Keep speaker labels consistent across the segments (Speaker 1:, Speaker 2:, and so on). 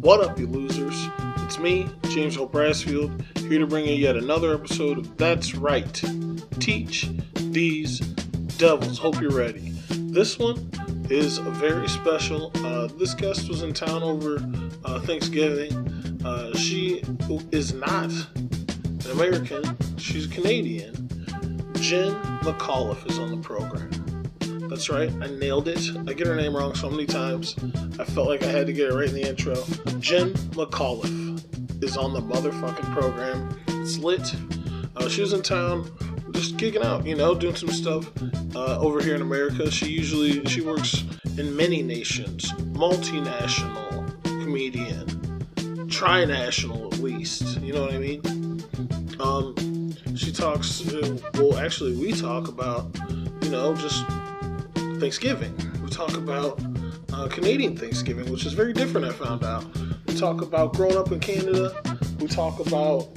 Speaker 1: What up, you losers? It's me, James O. Brassfield, here to bring you yet another episode of That's Right. Teach these devils. Hope you're ready. This one is very special. Uh, this guest was in town over uh, Thanksgiving. Uh, she is not an American, she's Canadian. Jen McAuliffe is on the program. That's right, I nailed it. I get her name wrong so many times. I felt like I had to get it right in the intro. Jen McAuliffe is on the motherfucking program. It's lit. Uh, she was in town just kicking out, you know, doing some stuff uh, over here in America. She usually she works in many nations, multinational comedian, trinational at least. You know what I mean? Um, she talks. uh, Well, actually, we talk about you know just Thanksgiving. We talk about uh, Canadian Thanksgiving, which is very different. I found out. We talk about growing up in Canada. We talk about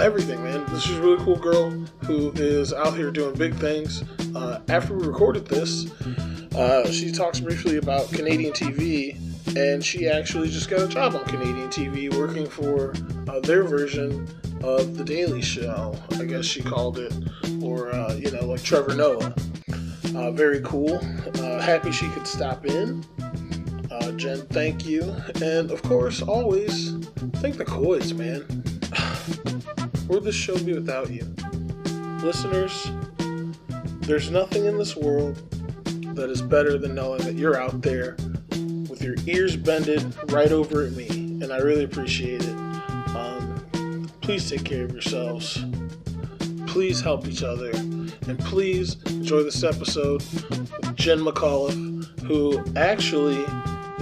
Speaker 1: everything, man. This is a really cool girl who is out here doing big things. Uh, after we recorded this, uh, she talks briefly about Canadian TV, and she actually just got a job on Canadian TV working for uh, their version of The Daily Show, I guess she called it, or, uh, you know, like Trevor Noah. Uh, very cool. Uh, happy she could stop in. Uh, Jen, thank you. And of course, always thank the Coys, man. Where'd this show be without you? Listeners, there's nothing in this world that is better than knowing that you're out there with your ears bended right over at me, and I really appreciate it. Um, please take care of yourselves. Please help each other. And please enjoy this episode with Jen McAuliffe, who actually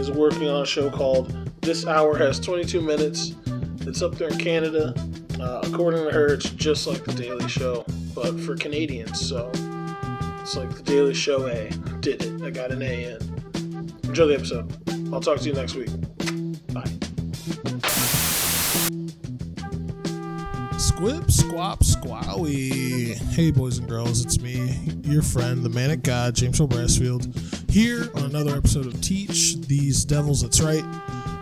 Speaker 1: is working on a show called This Hour Has 22 Minutes. It's up there in Canada. Uh, according to her, it's just like The Daily Show, but for Canadians, so it's like The Daily Show A. Did it. I got an A in. Enjoy the episode. I'll talk to you next week. Bye. Squib, squab, squowie. Hey, boys and girls, it's me, your friend, the man of God, James O. Brassfield, here on another episode of Teach These Devils. That's right,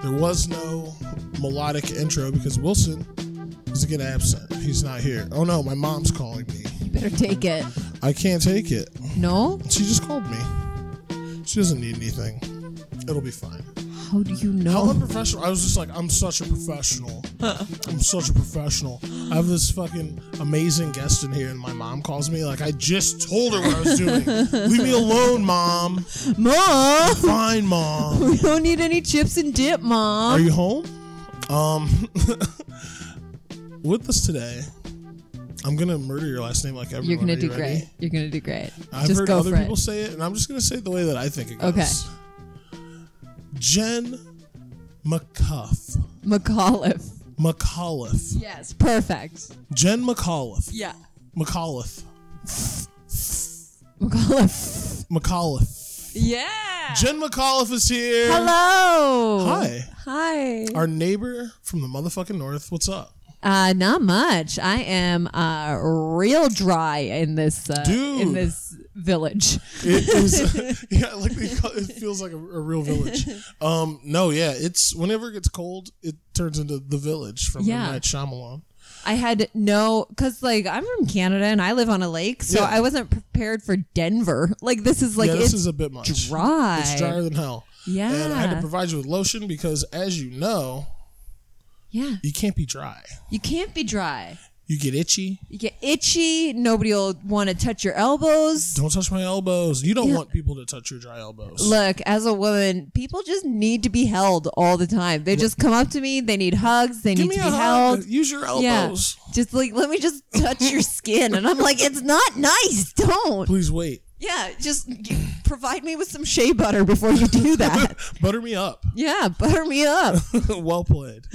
Speaker 1: there was no melodic intro because Wilson is again absent. He's not here. Oh no, my mom's calling me.
Speaker 2: You better take it.
Speaker 1: I can't take it.
Speaker 2: No?
Speaker 1: She just called me. She doesn't need anything. It'll be fine.
Speaker 2: How do you
Speaker 1: How
Speaker 2: know?
Speaker 1: unprofessional. I was just like, I'm such a professional. I'm such a professional. I have this fucking amazing guest in here, and my mom calls me. Like, I just told her what I was doing. Leave me alone, mom.
Speaker 2: Mom!
Speaker 1: Fine, mom.
Speaker 2: We don't need any chips and dip,
Speaker 1: Are
Speaker 2: Mom.
Speaker 1: you home? Um, with us today, I'm gonna murder your last name like everyone.
Speaker 2: You're
Speaker 1: Are
Speaker 2: gonna
Speaker 1: you
Speaker 2: do
Speaker 1: ready?
Speaker 2: great. You're gonna do great.
Speaker 1: I've
Speaker 2: Just
Speaker 1: heard
Speaker 2: go
Speaker 1: other
Speaker 2: for
Speaker 1: people
Speaker 2: it.
Speaker 1: say it, and I'm just gonna say it the way that I think it goes.
Speaker 2: Okay.
Speaker 1: Jen McCuff.
Speaker 2: McAuliffe.
Speaker 1: McAuliffe.
Speaker 2: Yes, perfect.
Speaker 1: Jen McAuliffe.
Speaker 2: Yeah.
Speaker 1: McAuliffe.
Speaker 2: McAuliffe.
Speaker 1: McAuliffe.
Speaker 2: Yeah.
Speaker 1: Jen McAuliffe is here.
Speaker 2: Hello.
Speaker 1: Hi.
Speaker 2: Hi.
Speaker 1: Our neighbor from the motherfucking north. What's up?
Speaker 2: Uh, not much. I am uh real dry in this uh,
Speaker 1: Dude.
Speaker 2: in this village.
Speaker 1: It is, yeah, like they call, it feels like a, a real village. Um, no, yeah, it's whenever it gets cold, it turns into the village from
Speaker 2: Yeah.
Speaker 1: M. Night Shyamalan.
Speaker 2: I had no, because like I'm from Canada and I live on a lake, so
Speaker 1: Yeah.
Speaker 2: I wasn't prepared for Denver. Like this is like
Speaker 1: yeah,
Speaker 2: it's
Speaker 1: this is a bit much.
Speaker 2: dry.
Speaker 1: It's drier than hell.
Speaker 2: Yeah.
Speaker 1: And I had to provide you with lotion because, as you know,
Speaker 2: yeah.
Speaker 1: you can't be dry.
Speaker 2: You can't be dry.
Speaker 1: You get itchy.
Speaker 2: You get itchy. Nobody will want to touch your elbows.
Speaker 1: Don't touch my elbows. You don't
Speaker 2: Yeah.
Speaker 1: want people to touch your dry elbows.
Speaker 2: Look, as a woman, people just need to be held all the time. They just come up to me. They need hugs. They
Speaker 1: Give me
Speaker 2: need to
Speaker 1: a
Speaker 2: be
Speaker 1: hug.
Speaker 2: held.
Speaker 1: Use your
Speaker 2: Yeah.
Speaker 1: elbows.
Speaker 2: Just like, let me just touch your skin. And I'm like, it's not nice. Don't.
Speaker 1: Please wait.
Speaker 2: Yeah. Just g- provide me with some shea butter before you do that.
Speaker 1: Butter me up.
Speaker 2: yeah. Butter me up.
Speaker 1: well played.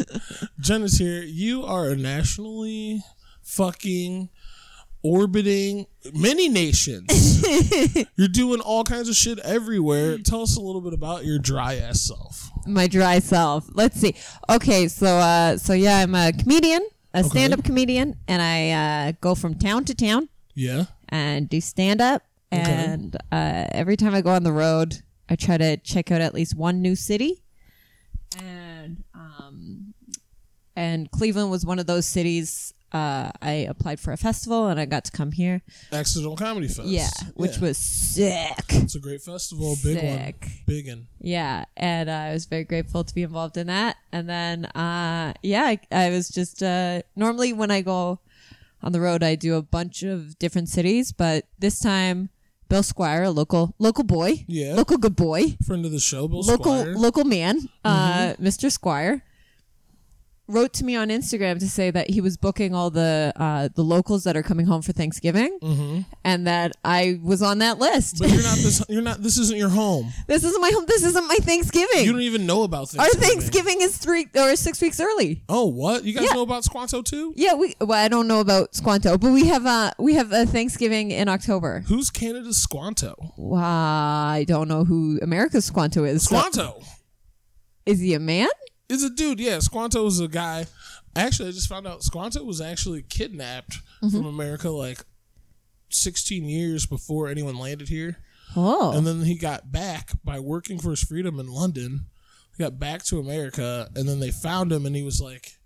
Speaker 1: Jen is here. You are a nationally fucking orbiting many nations. You're doing all kinds of shit everywhere. Tell us a little bit about your dry ass self.
Speaker 2: my dry self. Let's see. Okay, so uh, so yeah, I'm a comedian, a stand-up comedian, and I uh, go from town to town
Speaker 1: Yeah.
Speaker 2: and do stand-up. And uh, every time I go on the road, I try to check out at least one new city and um, and Cleveland was one of those cities. Uh, I applied for a festival and I got to come here.
Speaker 1: Accidental Comedy Fest.
Speaker 2: Yeah, which
Speaker 1: Yeah.
Speaker 2: was sick.
Speaker 1: It's a great festival, big one,
Speaker 2: Sick.
Speaker 1: big one.
Speaker 2: Yeah, and uh, I was very grateful to be involved in that. And then, uh, yeah, I, I was just uh, normally when I go on the road, I do a bunch of different cities, but this time, Bill Squire, a local local boy,
Speaker 1: Yeah.
Speaker 2: local good boy,
Speaker 1: Friend of the show, Bill
Speaker 2: local
Speaker 1: Squire. Mm-hmm.
Speaker 2: local man, uh, Mr. Squire, wrote to me on Instagram to say that he was booking all the uh, the locals that are coming home for Thanksgiving, and that I was on that list.
Speaker 1: Mm-hmm. but you're not this. You're not. This isn't your home.
Speaker 2: this isn't my home. This isn't my Thanksgiving.
Speaker 1: You don't even know about
Speaker 2: Our
Speaker 1: Thanksgiving.
Speaker 2: Thanksgiving is three or six weeks early.
Speaker 1: Oh, what? You guys
Speaker 2: Yeah.
Speaker 1: know about Squanto too?
Speaker 2: Yeah, we. Well, I don't know about Squanto, but we have a we have a Thanksgiving in October.
Speaker 1: Who's Canada's Squanto?
Speaker 2: Wow, I don't know who America's Squanto is. So-
Speaker 1: Squanto
Speaker 2: is he a man?
Speaker 1: is a dude. Yeah, Squanto is a guy. Actually, I just found out Squanto was actually kidnapped
Speaker 2: Mm-hmm.
Speaker 1: from America like 16 years before anyone landed here.
Speaker 2: Oh,
Speaker 1: And then he got back by working for his freedom in London. He got back to America, and then they found him, and he was like,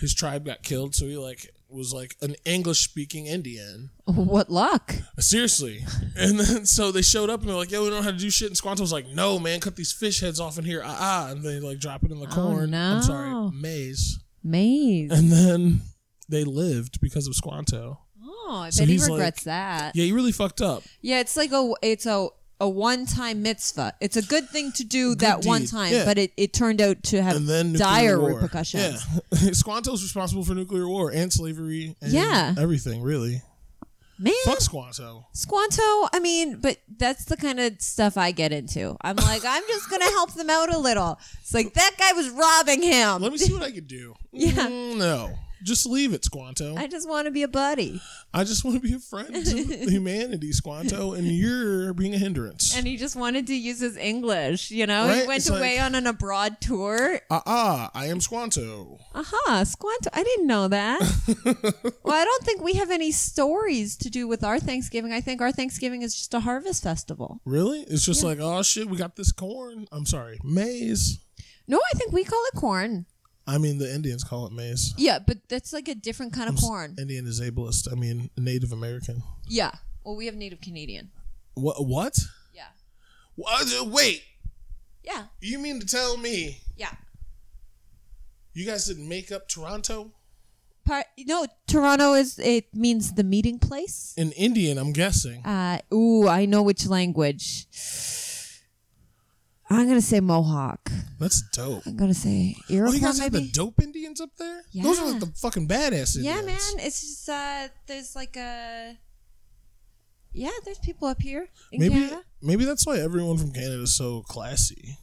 Speaker 1: his tribe got killed, so he like was like an English speaking Indian.
Speaker 2: what luck!
Speaker 1: Seriously. And then so they showed up and they're like, yo, we don't know how to do shit. And Squanto was like, no, man, cut these fish heads off in here. Ah, ah. And they like drop it in the corn. I'm
Speaker 2: Oh, no.
Speaker 1: sorry, maize.
Speaker 2: Maze.
Speaker 1: And then they lived because of Squanto.
Speaker 2: Oh, I bet
Speaker 1: So
Speaker 2: he
Speaker 1: he's like-
Speaker 2: regrets that.
Speaker 1: Yeah, you really fucked up.
Speaker 2: Yeah, it's like a it's a a one time mitzvah. It's a good thing to do that one
Speaker 1: deed,
Speaker 2: time,
Speaker 1: yeah.
Speaker 2: but it, it turned out to have
Speaker 1: And then nuclear
Speaker 2: dire
Speaker 1: war.
Speaker 2: repercussions.
Speaker 1: Yeah. Squanto's responsible for nuclear war and slavery and
Speaker 2: Yeah.
Speaker 1: everything, really.
Speaker 2: Man,
Speaker 1: Fuck Squanto.
Speaker 2: Squanto, I mean, but that's the kind of stuff I get into. I'm like, I'm just gonna help them out a little. It's like that guy was robbing him.
Speaker 1: Let me see what I could do.
Speaker 2: Yeah.
Speaker 1: Mm, no. Just leave it, Squanto.
Speaker 2: I just want to be a buddy.
Speaker 1: I just want to be a friend to humanity, Squanto, and you're being a hindrance.
Speaker 2: And he just wanted to use his English, you know. He
Speaker 1: Right?
Speaker 2: went
Speaker 1: It's
Speaker 2: away
Speaker 1: like-
Speaker 2: on an abroad tour.
Speaker 1: Ah, ah, I am Squanto.
Speaker 2: Aha, Uh-huh, Squanto. I didn't know that. well, I don't think we have any stories to do with our Thanksgiving. I think our Thanksgiving is just a harvest festival.
Speaker 1: Really? It's just like, oh shit, we got this corn. I'm sorry, maize.
Speaker 2: No, I think we call it corn.
Speaker 1: I mean, the Indians call it maize.
Speaker 2: Yeah, but that's like a different kind of corn.
Speaker 1: Indian is ableist. I mean, Native American.
Speaker 2: Yeah. Well, we have Native Canadian.
Speaker 1: What? What?
Speaker 2: Yeah.
Speaker 1: What? Wait,
Speaker 2: Yeah.
Speaker 1: you mean to tell me
Speaker 2: Yeah.
Speaker 1: you guys didn't make up Toronto?
Speaker 2: Part, no, Toronto is it means the meeting place.
Speaker 1: An Indian, I'm guessing.
Speaker 2: Uh, ooh, I know which language. I'm gonna say Mohawk.
Speaker 1: That's dope.
Speaker 2: I'm gonna say Iroquois,
Speaker 1: Oh, you guys have
Speaker 2: maybe.
Speaker 1: the dope Indians up there? Those are like the fucking badass Indians.
Speaker 2: yeah, man. It's just uh, there's like a. Yeah, there's people up here in
Speaker 1: Maybe,
Speaker 2: Canada.
Speaker 1: maybe that's why everyone from Canada is so classy.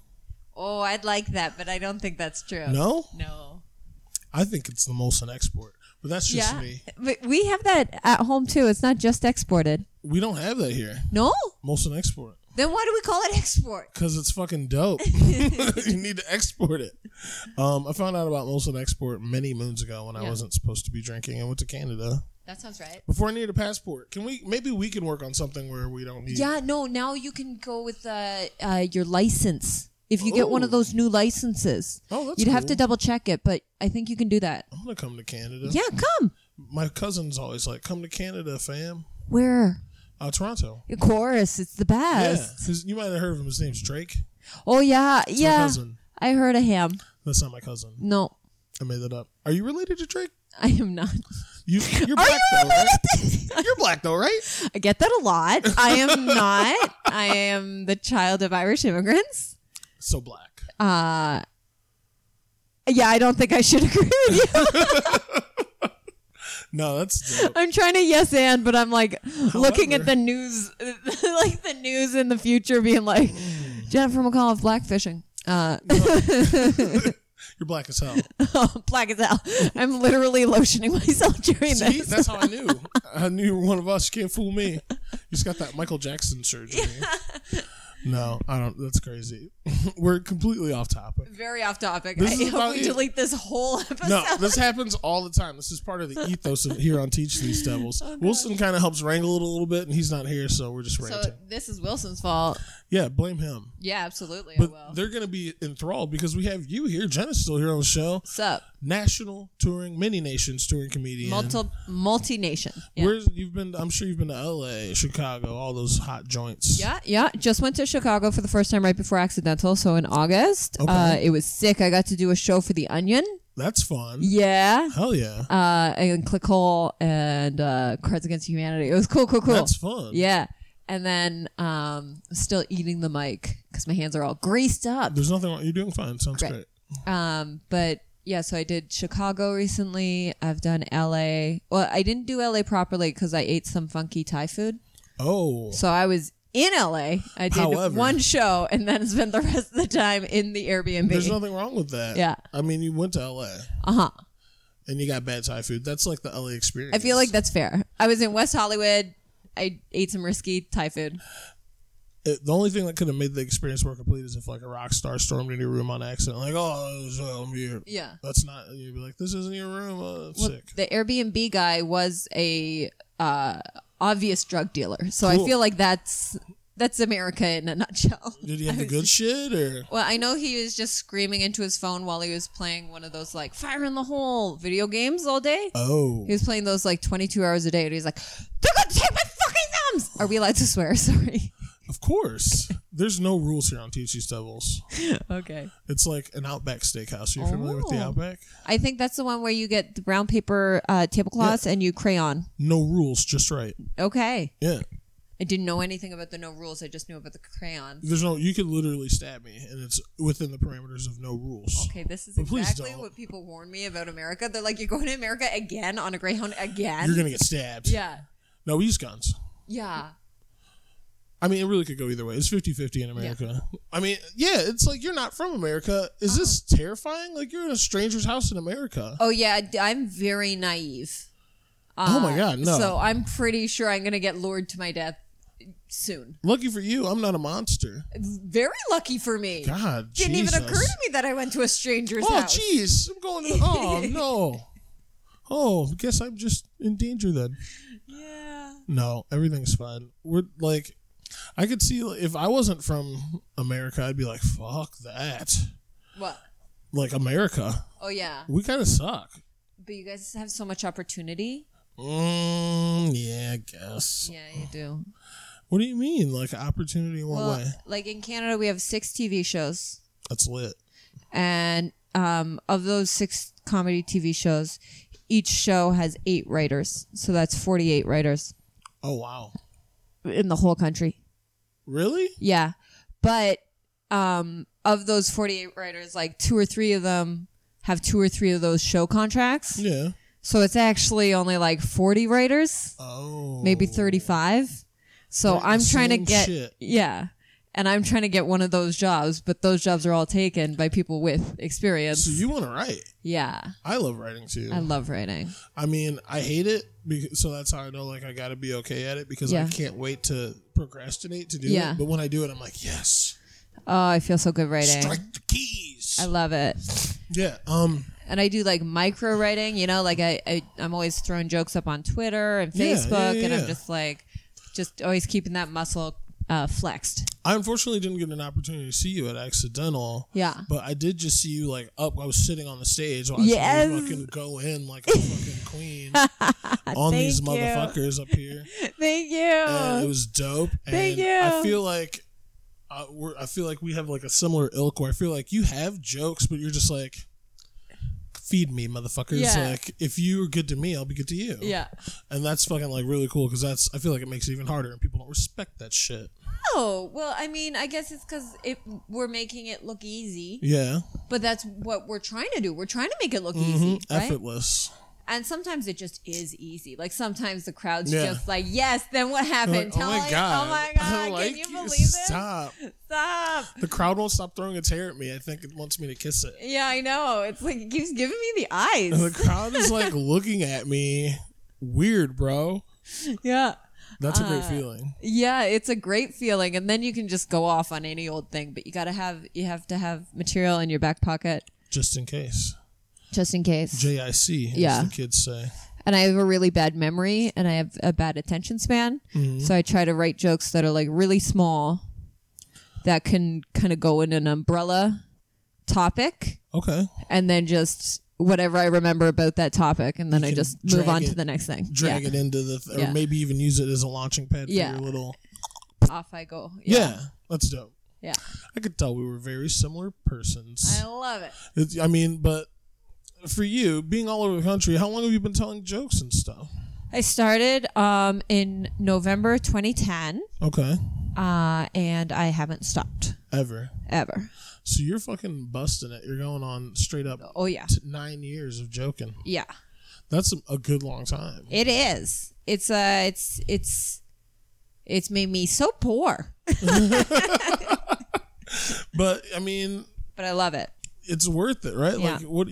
Speaker 2: Oh, I'd like that, but I don't think that's true.
Speaker 1: No,
Speaker 2: No.
Speaker 1: I think it's the most an export, but that's just
Speaker 2: Yeah,
Speaker 1: me.
Speaker 2: but we have that at home too. It's not just exported.
Speaker 1: We don't have that here.
Speaker 2: No.
Speaker 1: Molson Export.
Speaker 2: Then why do we call it export?
Speaker 1: Because it's fucking dope. you need to export it. Um, I found out about Molson Export many moons ago when I
Speaker 2: Yeah.
Speaker 1: wasn't supposed to be drinking. I went to Canada
Speaker 2: That sounds right.
Speaker 1: before I needed a passport. Can we? Maybe we can work on something where we don't need.
Speaker 2: Yeah, no, now you can go with uh, uh, your license. If you get one of those new licenses,
Speaker 1: Oh, that's
Speaker 2: you'd have to
Speaker 1: cool.
Speaker 2: double check it, but I think you can do that.
Speaker 1: I want to come to Canada.
Speaker 2: Yeah, come.
Speaker 1: My cousin's always like, "Come to Canada, fam."
Speaker 2: Where?
Speaker 1: Uh, Toronto.
Speaker 2: Of course, it's the best.
Speaker 1: Yeah, his, you might have heard of him. His name's Drake.
Speaker 2: Oh, yeah, yeah.
Speaker 1: cousin.
Speaker 2: I heard of him.
Speaker 1: That's not my cousin.
Speaker 2: No,
Speaker 1: I made that up. Are you related to Drake?
Speaker 2: I am not.
Speaker 1: You, you're
Speaker 2: Are
Speaker 1: black
Speaker 2: you
Speaker 1: though, right?
Speaker 2: related?
Speaker 1: You're black though, right?
Speaker 2: I get that a lot. I am not. I am the child of Irish immigrants.
Speaker 1: So black.
Speaker 2: Uh, yeah, I don't think I should agree with you.
Speaker 1: No, that's dope.
Speaker 2: I'm trying to yes and, but I'm like looking at the news, like the news in the future, being like Jennifer McCall blackfishing. Uh,
Speaker 1: You're black as hell.
Speaker 2: black as hell. I'm literally lotioning myself during
Speaker 1: See,
Speaker 2: this.
Speaker 1: that's how I knew. I knew you were one of us. You can't fool me. You just got that Michael Jackson surgery. No, I don't. That's crazy. We're completely off topic.
Speaker 2: Very off topic.
Speaker 1: This
Speaker 2: I
Speaker 1: is
Speaker 2: hope
Speaker 1: about
Speaker 2: we
Speaker 1: you.
Speaker 2: delete this whole episode.
Speaker 1: No, this happens all the time. This is part of the ethos of here on Teach These Devils. Wilson kind of helps wrangle it a little bit, and he's not here, Oh, so Oh, we're just ranting.
Speaker 2: so this is Wilson's fault.
Speaker 1: yeah, blame him.
Speaker 2: Yeah, absolutely. I
Speaker 1: But
Speaker 2: will.
Speaker 1: they're going to be enthralled because we have you here. Jenna's still here on the show.
Speaker 2: Sup?
Speaker 1: National touring, many nations touring comedian.
Speaker 2: Multi multi nation. Yeah.
Speaker 1: Where's you've been? I'm sure you've been to L.A., Chicago, all those hot joints.
Speaker 2: yeah, yeah. Just went to Chicago for the first time right before Accidental. So in August, uh,
Speaker 1: Okay.
Speaker 2: it was sick. I got to do a show for The Onion.
Speaker 1: that's fun.
Speaker 2: Yeah.
Speaker 1: Hell yeah,
Speaker 2: Uh, and Clickhole and uh, Cards Against Humanity. It was cool, cool, cool.
Speaker 1: that's fun.
Speaker 2: Yeah. And then um, still eating the mic because my hands are all greased up.
Speaker 1: There's nothing wrong. You're doing fine. Sounds
Speaker 2: Right.
Speaker 1: great.
Speaker 2: Um, but yeah, so I did Chicago recently. I've done LA. Well, I didn't do LA properly because I ate some funky Thai food.
Speaker 1: Oh,
Speaker 2: So I was in LA. I did
Speaker 1: However-
Speaker 2: one show and then spent the rest of the time in the Airbnb.
Speaker 1: there's nothing wrong with that.
Speaker 2: Yeah.
Speaker 1: I mean, you went to L.A.
Speaker 2: uh huh.
Speaker 1: and you got bad Thai food. That's like the LA experience.
Speaker 2: I feel like that's fair. I was in West Hollywood. I ate some risky Thai food.
Speaker 1: It- the only thing that could have made the experience more complete is if like a rock star stormed into your room on accident, like, oh, so I'm here.
Speaker 2: Yeah.
Speaker 1: That's not. You'd be like, this isn't your room. Uh,
Speaker 2: Well,
Speaker 1: sick.
Speaker 2: the Airbnb guy was a uh, obvious drug dealer, so I
Speaker 1: Cool.
Speaker 2: feel like that's that's America in a nutshell.
Speaker 1: Did he have the good shit or?
Speaker 2: Well, I know he was just screaming into his phone while he was playing one of those like fire in the hole video games all day.
Speaker 1: Oh,
Speaker 2: He was playing those like 22 hours a day, and he's like, "They're gonna take my fucking thumbs." Are we allowed to swear? Sorry.
Speaker 1: of course. There's no rules here on Teach These Devils.
Speaker 2: okay.
Speaker 1: It's like an Outback Steakhouse. Are you familiar with the
Speaker 2: Oh.
Speaker 1: Outback?
Speaker 2: I think that's the one where you get the brown paper uh, tablecloths and you crayon.
Speaker 1: No rules, just right.
Speaker 2: Okay.
Speaker 1: Yeah.
Speaker 2: I didn't know anything about the no rules. I just knew about the crayons.
Speaker 1: There's no. You could literally stab me, and it's within the parameters of no rules.
Speaker 2: Okay, this is
Speaker 1: But please
Speaker 2: exactly
Speaker 1: don't.
Speaker 2: what people warn me about America. They're like, "You're going to America again on a Greyhound again."
Speaker 1: You're gonna get stabbed.
Speaker 2: yeah.
Speaker 1: No, we use guns.
Speaker 2: Yeah.
Speaker 1: I mean, it really could go either way. It's 50-50 in America. I mean, yeah, it's like you're not from America. Is this
Speaker 2: Uh-huh.
Speaker 1: terrifying? Like you're in a stranger's house in America.
Speaker 2: Oh yeah, d- I'm very naive. Uh,
Speaker 1: Oh my God, no.
Speaker 2: So I'm pretty sure I'm gonna get lured to my death soon.
Speaker 1: Lucky for you, I'm not a monster.
Speaker 2: Very lucky for me.
Speaker 1: God,
Speaker 2: Didn't
Speaker 1: Jesus.
Speaker 2: even occur to me that I went to a stranger's
Speaker 1: Oh,
Speaker 2: house.
Speaker 1: jeez, I'm going to. Oh no. Oh, guess I'm just in danger then.
Speaker 2: Yeah.
Speaker 1: No, everything's fine. We're like, I could see like, if I wasn't from America, I'd be like, fuck that.
Speaker 2: What?
Speaker 1: Like America,
Speaker 2: Oh yeah.
Speaker 1: we kind of suck.
Speaker 2: But you guys have so much opportunity.
Speaker 1: Mm, yeah, I guess.
Speaker 2: Yeah, you do.
Speaker 1: What do you mean? Like opportunity in what
Speaker 2: Well,
Speaker 1: way?
Speaker 2: like in Canada, we have six TV shows,
Speaker 1: That's lit.
Speaker 2: and um, of those six comedy TV shows, each show has eight writers. So that's forty-eight writers
Speaker 1: Oh wow.
Speaker 2: in the whole country.
Speaker 1: Really?
Speaker 2: Yeah. But um of those 48 writers, like two or three of them have two or three of those show contracts.
Speaker 1: Yeah.
Speaker 2: So it's actually only like 40 writers,
Speaker 1: Oh.
Speaker 2: maybe 35. So
Speaker 1: Like the
Speaker 2: I'm trying to
Speaker 1: same
Speaker 2: get
Speaker 1: shit.
Speaker 2: yeah. And I'm trying to get one of those jobs, but those jobs are all taken by people with experience.
Speaker 1: So you want to write?
Speaker 2: yeah.
Speaker 1: I love writing too.
Speaker 2: I love writing.
Speaker 1: I mean, I hate it, because, so that's how I know like I got to be okay at it because I
Speaker 2: Yeah.
Speaker 1: can't wait to procrastinate to do
Speaker 2: Yeah.
Speaker 1: it. But when I do it, I'm like, yes,
Speaker 2: Oh, I feel so good writing.
Speaker 1: strike the keys.
Speaker 2: I love it.
Speaker 1: yeah. Um.
Speaker 2: and I do like micro writing, you know, like I, I I'm always throwing jokes up on Twitter and
Speaker 1: Yeah, yeah,
Speaker 2: Facebook, and
Speaker 1: yeah.
Speaker 2: I'm just like, just always keeping that muscle uh, flexed.
Speaker 1: I unfortunately didn't get an opportunity to see you at Accidental.
Speaker 2: Yeah.
Speaker 1: But I did just see you like up. I was sitting on the stage watching
Speaker 2: Yes.
Speaker 1: you fucking go in like a fucking queen on these
Speaker 2: Thank you.
Speaker 1: motherfuckers up here.
Speaker 2: Thank you.
Speaker 1: And it was dope. And
Speaker 2: Uh, Thank
Speaker 1: I
Speaker 2: you.
Speaker 1: feel like uh, we're, I feel like we have like a similar ilk where I feel like you have jokes, but you're just like. Feed me, motherfuckers!
Speaker 2: Yeah.
Speaker 1: Like if you're good to me, I'll be good to you.
Speaker 2: yeah.
Speaker 1: and that's fucking like really cool because that's I feel like it makes it even harder, and people don't respect that shit.
Speaker 2: Oh well, I mean, I guess it's because it we're making it look easy,
Speaker 1: Yeah,
Speaker 2: but that's what we're trying to do. We're trying to make it look
Speaker 1: Mhm.
Speaker 2: easy, right?
Speaker 1: effortless.
Speaker 2: And sometimes it just is easy. Like sometimes the crowd's
Speaker 1: Yeah.
Speaker 2: just like, "Yes." Then what
Speaker 1: Like,
Speaker 2: happened?
Speaker 1: oh
Speaker 2: Tell
Speaker 1: my
Speaker 2: me-
Speaker 1: god!
Speaker 2: Oh my
Speaker 1: I
Speaker 2: god!
Speaker 1: like
Speaker 2: Can you
Speaker 1: you.
Speaker 2: believe this?
Speaker 1: Stop!
Speaker 2: Stop.
Speaker 1: The crowd won't stop throwing its hair at me. I think it wants me to kiss it.
Speaker 2: Yeah, I know. It's like it keeps giving me the
Speaker 1: And the
Speaker 2: eyes.
Speaker 1: crowd is like looking at me. Weird, bro.
Speaker 2: yeah.
Speaker 1: That's a great
Speaker 2: Uh,
Speaker 1: feeling.
Speaker 2: Yeah, it's a great feeling, and then you can just go off on any old thing. But you gotta have you have to have material in your back pocket
Speaker 1: Just in case.
Speaker 2: just in case.
Speaker 1: JIC, as
Speaker 2: Yeah.
Speaker 1: the kids say.
Speaker 2: and I have a really bad memory, and I have a bad attention span,
Speaker 1: Mm-hmm.
Speaker 2: so I try to write jokes that are like really small, that can kind of go in an umbrella topic,
Speaker 1: Okay.
Speaker 2: and then just whatever I remember about that topic, and then I
Speaker 1: can
Speaker 2: just move
Speaker 1: drag
Speaker 2: on
Speaker 1: it-
Speaker 2: to the next thing.
Speaker 1: Drag
Speaker 2: yeah.
Speaker 1: it into the, th- or
Speaker 2: Yeah.
Speaker 1: maybe even use it as a launching pad for
Speaker 2: Yeah.
Speaker 1: your little.
Speaker 2: Off I go.
Speaker 1: Yeah.
Speaker 2: Yeah.
Speaker 1: That's dope.
Speaker 2: Yeah.
Speaker 1: I could tell we were very similar persons.
Speaker 2: I love it.
Speaker 1: It's, I mean, but for you, being all over the country, how long have you been telling jokes and stuff?
Speaker 2: I started um, in November 2010,
Speaker 1: Okay.
Speaker 2: uh, and I haven't stopped
Speaker 1: Ever.
Speaker 2: ever.
Speaker 1: So you're fucking busting it. You're going on straight up
Speaker 2: Oh, yeah.
Speaker 1: t- nine years of joking.
Speaker 2: Yeah.
Speaker 1: That's a, a good long time.
Speaker 2: It is. It's uh it's it's it's made me so poor.
Speaker 1: But I mean,
Speaker 2: But I love it.
Speaker 1: it's worth it, right?
Speaker 2: Yeah.
Speaker 1: Like, what?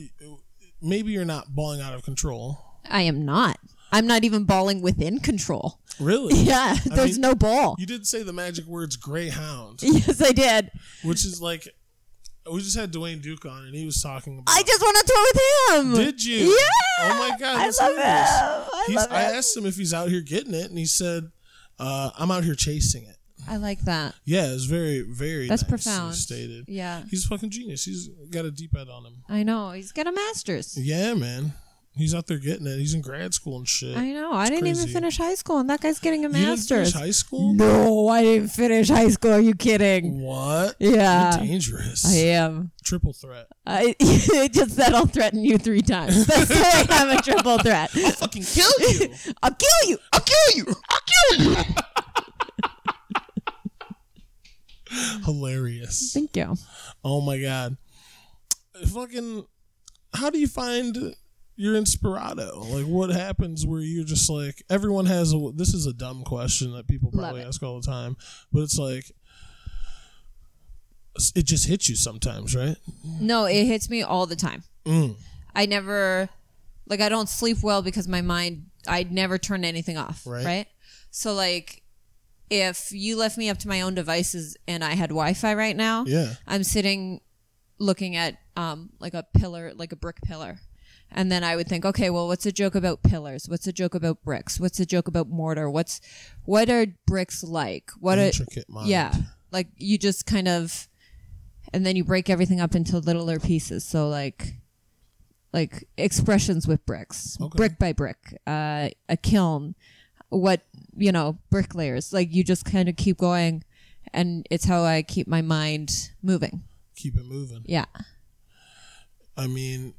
Speaker 1: Maybe you're not balling out of control.
Speaker 2: I am not. I'm not even balling within control.
Speaker 1: Really?
Speaker 2: Yeah. There's
Speaker 1: mean-
Speaker 2: no ball.
Speaker 1: You did say the magic words "greyhound,"
Speaker 2: yes, I did.
Speaker 1: which is like we just had Dwayne Duke on, and he was talking about.
Speaker 2: I just went on tour with him.
Speaker 1: did you?
Speaker 2: Yeah.
Speaker 1: Oh my god!
Speaker 2: I
Speaker 1: let's
Speaker 2: love
Speaker 1: hear
Speaker 2: him.
Speaker 1: this.
Speaker 2: I
Speaker 1: He's,
Speaker 2: love
Speaker 1: I
Speaker 2: him.
Speaker 1: asked him if he's out here getting it, and he said, uh, "I'm out here chasing it."
Speaker 2: I like that.
Speaker 1: Yeah, it's very, very.
Speaker 2: That's
Speaker 1: nicely
Speaker 2: profound.
Speaker 1: Stated.
Speaker 2: Yeah.
Speaker 1: He's a fucking genius. He's got a deep head on him.
Speaker 2: I know. He's got a master's.
Speaker 1: Yeah, man. He's out there getting it. He's in grad school and shit.
Speaker 2: I know. I didn't even
Speaker 1: crazy.
Speaker 2: finish high school and that guy's getting a
Speaker 1: you didn't finish
Speaker 2: master's.
Speaker 1: high school?
Speaker 2: No, I didn't finish high school. Are you kidding?
Speaker 1: What?
Speaker 2: Mm. Yeah.
Speaker 1: You're dangerous.
Speaker 2: I am.
Speaker 1: Triple threat.
Speaker 2: I it just said I'll threaten you three times. That's the way I'm a triple threat.
Speaker 1: Fucking kill you.
Speaker 2: I'll kill you.
Speaker 1: I'll kill you. I'll kill you. Hilarious.
Speaker 2: Thank you.
Speaker 1: Oh my god. Fucking how do you find your inspirado? Like what happens where you're just like everyone has a this is a dumb question that people
Speaker 2: Love
Speaker 1: probably
Speaker 2: it.
Speaker 1: ask all the time, but it's like it just hits you sometimes, right?
Speaker 2: No, it hits me all the time.
Speaker 1: Mm.
Speaker 2: I never like I don't sleep well because my mind I'd never turn anything off.
Speaker 1: Right.
Speaker 2: Right. So like if you left me up to my own devices and I had Wi Fi right now,
Speaker 1: Yeah.
Speaker 2: I'm sitting looking at um like a pillar like a brick pillar. And then I would think, okay, well, what's a joke about pillars? What's a joke about bricks? What's a joke about mortar? What's what are bricks like? What are
Speaker 1: Intricate mind.
Speaker 2: yeah, like you just kind of, and then you break everything up into littler pieces. So like, like expressions with bricks,
Speaker 1: Okay.
Speaker 2: brick by brick, uh, a kiln, what you know, bricklayers. Like you just kind of keep going, and it's how I keep my mind moving.
Speaker 1: Keep it moving.
Speaker 2: Yeah,
Speaker 1: I mean,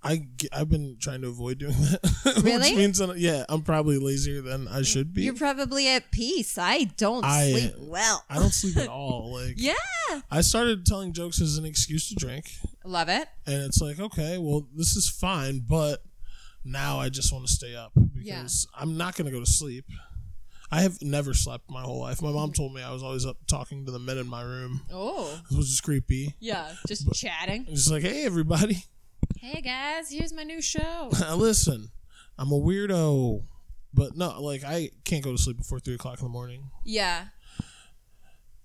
Speaker 1: I have been trying to avoid doing that.
Speaker 2: Really?
Speaker 1: Which means, that- yeah, I'm probably lazier than I should be.
Speaker 2: you're probably at peace. I don't
Speaker 1: I-
Speaker 2: sleep well.
Speaker 1: I don't sleep at all. Like,
Speaker 2: Yeah,
Speaker 1: I started telling jokes as an excuse to drink,
Speaker 2: love it.
Speaker 1: and it's like, okay, well, this is fine, but now I just want to stay up because I'm not going to go to sleep. I have never slept my whole life. My
Speaker 2: Mm.
Speaker 1: mom told me I was always up talking to the men in my room,
Speaker 2: Oh.
Speaker 1: which is creepy.
Speaker 2: Yeah, just chatting.
Speaker 1: Just like, hey, everybody,
Speaker 2: Hey guys, here's my new show.
Speaker 1: Now, listen, I'm a weirdo, but no, like I can't go to sleep before three o'clock in the morning.
Speaker 2: Yeah.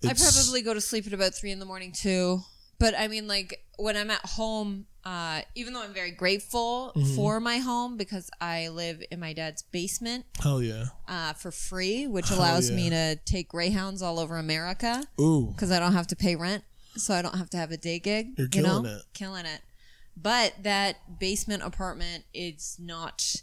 Speaker 2: I
Speaker 1: It's-
Speaker 2: probably go to sleep at about three in the morning too. But I mean, like when I'm at home, uh, even though I'm very grateful
Speaker 1: Mm-hmm.
Speaker 2: for my home because I live in my dad's basement
Speaker 1: hell yeah.
Speaker 2: uh, for free, which allows
Speaker 1: yeah.
Speaker 2: me to take greyhounds all over America
Speaker 1: Ooh,
Speaker 2: because I don't have to pay rent, so I don't have to have a day gig.
Speaker 1: You're
Speaker 2: you know?
Speaker 1: killing it.
Speaker 2: Killing it. But that basement apartment is not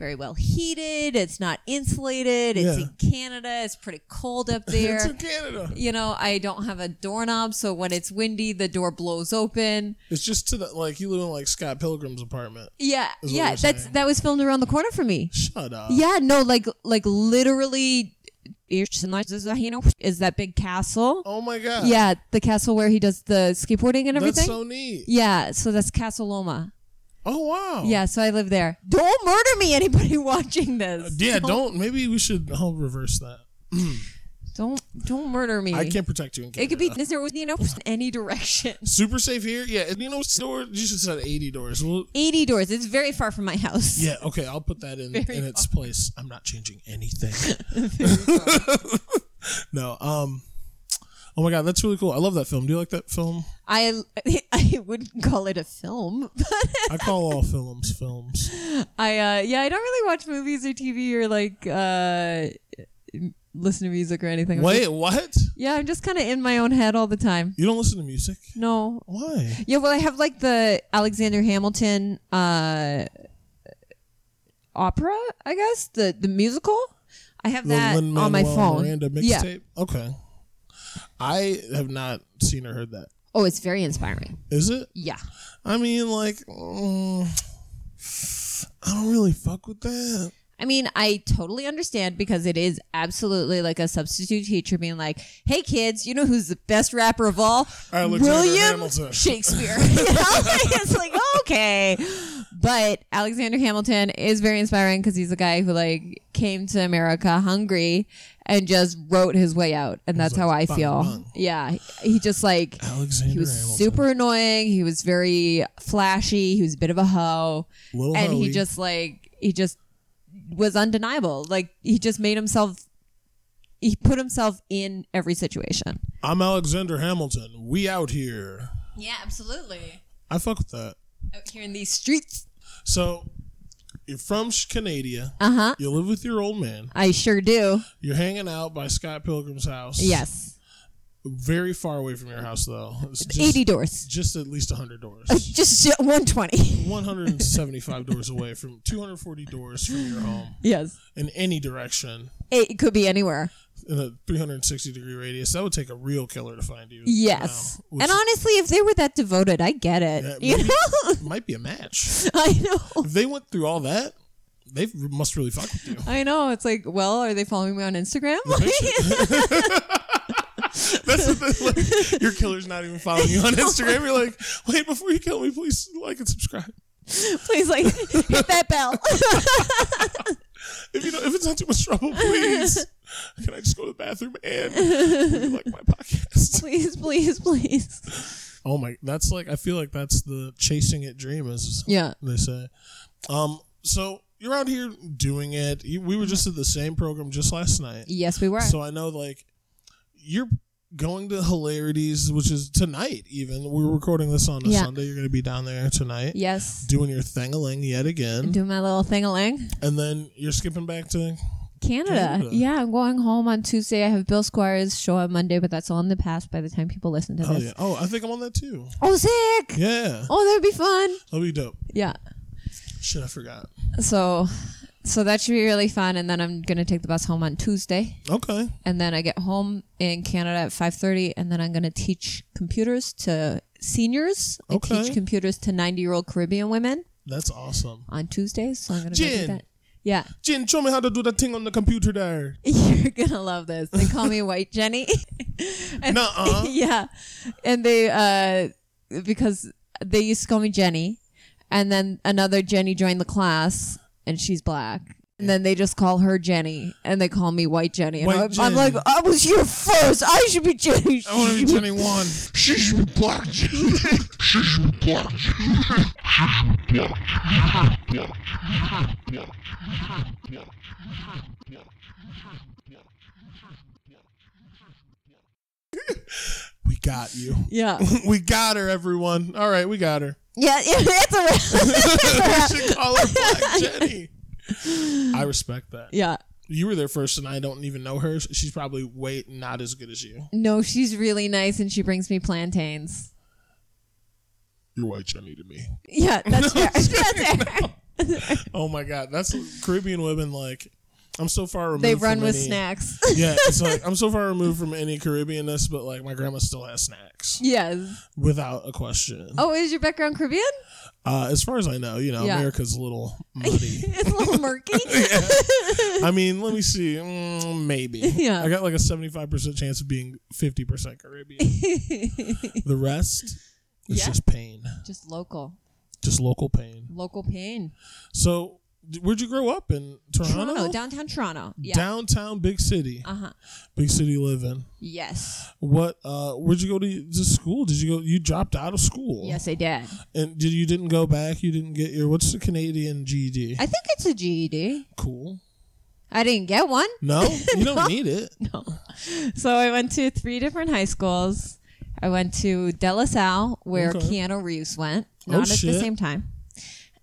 Speaker 2: very well heated. It's not insulated. It's
Speaker 1: Yeah.
Speaker 2: in Canada. It's pretty cold up there
Speaker 1: it's in Canada.
Speaker 2: you know, I don't have a doorknob, so when it's windy, the door blows open.
Speaker 1: It's just to the like you live in like Scott Pilgrim's apartment.
Speaker 2: Yeah,
Speaker 1: Is what
Speaker 2: yeah,
Speaker 1: you're
Speaker 2: that's
Speaker 1: saying.
Speaker 2: that was filmed around the corner for me.
Speaker 1: Shut up.
Speaker 2: Yeah, no, like like literally, you know, is that big castle?
Speaker 1: Oh my god.
Speaker 2: Yeah, the castle where he does the skateboarding and
Speaker 1: That's
Speaker 2: everything.
Speaker 1: so neat.
Speaker 2: yeah, so that's Castle Loma.
Speaker 1: Oh wow.
Speaker 2: Yeah, so I live there. Don't
Speaker 1: Uh,
Speaker 2: murder me, anybody watching this.
Speaker 1: Yeah. Don't. Maybe we should. I'll reverse that.
Speaker 2: Don't don't murder me.
Speaker 1: I can't protect you in Canada.
Speaker 2: It could be this or you know any direction.
Speaker 1: super safe here. Yeah, and you know, door you should set eighty doors. Well,
Speaker 2: Eighty doors. It's very far from my house.
Speaker 1: yeah, okay, I'll put that in
Speaker 2: Very
Speaker 1: in its place. I'm not changing anything. no, um, oh my god, that's really cool. I love that film. Do you like that film?
Speaker 2: I I wouldn't call it a film, but
Speaker 1: I call all films films.
Speaker 2: I uh, yeah I don't really watch movies or TV or like uh, listen to music or anything. I'm
Speaker 1: Wait,
Speaker 2: just-
Speaker 1: what?
Speaker 2: yeah, I'm just kind of in my own head all the time.
Speaker 1: You don't listen to music?
Speaker 2: No,
Speaker 1: Why?
Speaker 2: Yeah, well, I have like the Alexander Hamilton uh, opera, I guess the the musical. I have that
Speaker 1: Lin-Manuel
Speaker 2: on my phone.
Speaker 1: Miranda
Speaker 2: yeah.
Speaker 1: mixtape. Okay. I have not seen or heard that.
Speaker 2: Oh, it's very inspiring.
Speaker 1: Is it?
Speaker 2: Yeah.
Speaker 1: I mean, like, mm, I don't really fuck with that.
Speaker 2: I mean, I totally understand because it is absolutely like a substitute teacher being like, "Hey, kids, you know who's the best rapper of all?
Speaker 1: Alexander
Speaker 2: William
Speaker 1: Hamilton."
Speaker 2: Shakespeare." You know? it's like okay, but Alexander Hamilton is very inspiring because he's a guy who like came to America hungry and just wrote his way out, and that's how I
Speaker 1: bang,
Speaker 2: feel.
Speaker 1: bang.
Speaker 2: Yeah, he just like
Speaker 1: Alexander
Speaker 2: he was
Speaker 1: Hamilton.
Speaker 2: super annoying. He was very flashy. He was a bit of a hoe,
Speaker 1: Little
Speaker 2: and he
Speaker 1: hoey.
Speaker 2: just like he just was undeniable. Like he just made himself. He put himself in every situation.
Speaker 1: I'm Alexander Hamilton. We out here.
Speaker 2: Yeah, absolutely.
Speaker 1: I fuck with that.
Speaker 2: Out here in these streets,
Speaker 1: So, you're from Sh- Canada.
Speaker 2: uh huh.
Speaker 1: You live with your old man.
Speaker 2: I sure do.
Speaker 1: You're hanging out by Scott Pilgrim's house.
Speaker 2: Yes,
Speaker 1: Very far away from your house, though. It's just,
Speaker 2: eighty doors,
Speaker 1: Just at least 100 doors.
Speaker 2: just one twenty.
Speaker 1: 175 doors away from 240 doors from your home
Speaker 2: yes,
Speaker 1: in any direction
Speaker 2: it could be anywhere.
Speaker 1: in a 360 degree radius. That would take a real killer to find you. Um,
Speaker 2: Yes,
Speaker 1: Wow. Which
Speaker 2: and honestly, if they were that devoted, I get it.
Speaker 1: Yeah,
Speaker 2: you
Speaker 1: maybe-
Speaker 2: know,
Speaker 1: might be a match.
Speaker 2: I know.
Speaker 1: If they went through all that, they must really fuck with you.
Speaker 2: I know. It's like, well, are they following me on Instagram?
Speaker 1: That's the thing. Like, your killer's not even following you on Instagram. You're like, wait, before you kill me, please like and subscribe.
Speaker 2: Please, like, hit that bell.
Speaker 1: If you know, if it's not too much trouble, please. Can I just go to the bathroom and would you like my podcast?
Speaker 2: please, please, please.
Speaker 1: Oh my, that's like I feel like that's the chasing it dream, as
Speaker 2: Yeah.
Speaker 1: they say. Um, so you're out here doing it. You- We were just at the same program just last night,
Speaker 2: Yes, we were.
Speaker 1: so I know like you're going to hilarities, which is tonight. Even we're recording this on a
Speaker 2: Yeah.
Speaker 1: Sunday. You're going to be down there tonight.
Speaker 2: yes.
Speaker 1: doing your thingaling yet again,
Speaker 2: Doing my little thing a ling.
Speaker 1: and then you're skipping back to
Speaker 2: Canada.
Speaker 1: Canada.
Speaker 2: Yeah, I'm going home on Tuesday. I have Bill Squires' show on Monday, but that's all in the past by the time people listen to
Speaker 1: oh
Speaker 2: this.
Speaker 1: yeah oh I think I'm on that too
Speaker 2: Oh, sick.
Speaker 1: yeah
Speaker 2: Oh, that'd be fun.
Speaker 1: that'll be dope
Speaker 2: Yeah.
Speaker 1: shit I forgot
Speaker 2: So. So that should be really fun, and then I'm gonna take the bus home on Tuesday,
Speaker 1: okay
Speaker 2: and then I get home in Canada at 5:30, and then I'm gonna teach computers to seniors. I
Speaker 1: Okay.
Speaker 2: teach computers to 90 year old Caribbean women.
Speaker 1: that's awesome
Speaker 2: on Tuesdays, so I'm gonna go do
Speaker 1: Jen.
Speaker 2: that. Yeah,
Speaker 1: Jin show me how to do that thing on the computer there
Speaker 2: you're gonna love this. They call me White Jenny. And-
Speaker 1: Nuh-uh.
Speaker 2: yeah, and they uh because they used to call me Jenny, and then another Jenny joined the class, and she's black. And then they just call her Jenny, and they call me White Jenny. And
Speaker 1: White
Speaker 2: I'm, I'm
Speaker 1: Jenny.
Speaker 2: like, I was here first. I should be Jenny.
Speaker 1: I want to be Jenny one we got you
Speaker 2: Yeah,
Speaker 1: we got her everyone all right we got her
Speaker 2: yeah, yeah. It's a
Speaker 1: we should call her Black Jenny I respect that
Speaker 2: yeah.
Speaker 1: you were there first and I don't even know her. She's probably way not as good as you.
Speaker 2: No, she's really nice, and she brings me plantains.
Speaker 1: You're white Jenny to me.
Speaker 2: Yeah, that's fair. That's fair.
Speaker 1: Oh my god, that's Caribbean women like I'm so far removed
Speaker 2: They run
Speaker 1: from
Speaker 2: with
Speaker 1: any-
Speaker 2: snacks.
Speaker 1: Yeah, it's like I'm so far removed from any Caribbeanness, but like my grandma still has snacks
Speaker 2: yes.
Speaker 1: without a question.
Speaker 2: Oh, is your background Caribbean?
Speaker 1: Uh, as far as I know, you know,
Speaker 2: Yeah.
Speaker 1: America's a little muddy.
Speaker 2: It's a little murky.
Speaker 1: I mean, let me see. Mm, maybe.
Speaker 2: Yeah.
Speaker 1: I got like a 75% chance of being 50% Caribbean. the rest is
Speaker 2: Yeah.
Speaker 1: just pain,
Speaker 2: Just local,
Speaker 1: just local pain.
Speaker 2: local pain.
Speaker 1: So Where'd you grow up in Toronto?
Speaker 2: Toronto, downtown Toronto. Yeah.
Speaker 1: Downtown big city.
Speaker 2: uh huh.
Speaker 1: Big city living.
Speaker 2: Yes.
Speaker 1: What uh where'd you go to, to school? Did you go you dropped out of school?
Speaker 2: Yes, I did.
Speaker 1: And did you didn't go back? You didn't get your what's the Canadian GED?
Speaker 2: I think it's a GED.
Speaker 1: cool.
Speaker 2: I didn't get one.
Speaker 1: No, you don't need it.
Speaker 2: No. So I went to three different high schools. I went to De La Salle, where
Speaker 1: Okay.
Speaker 2: Keanu Reeves went,
Speaker 1: Oh,
Speaker 2: not at
Speaker 1: shit.
Speaker 2: the same time.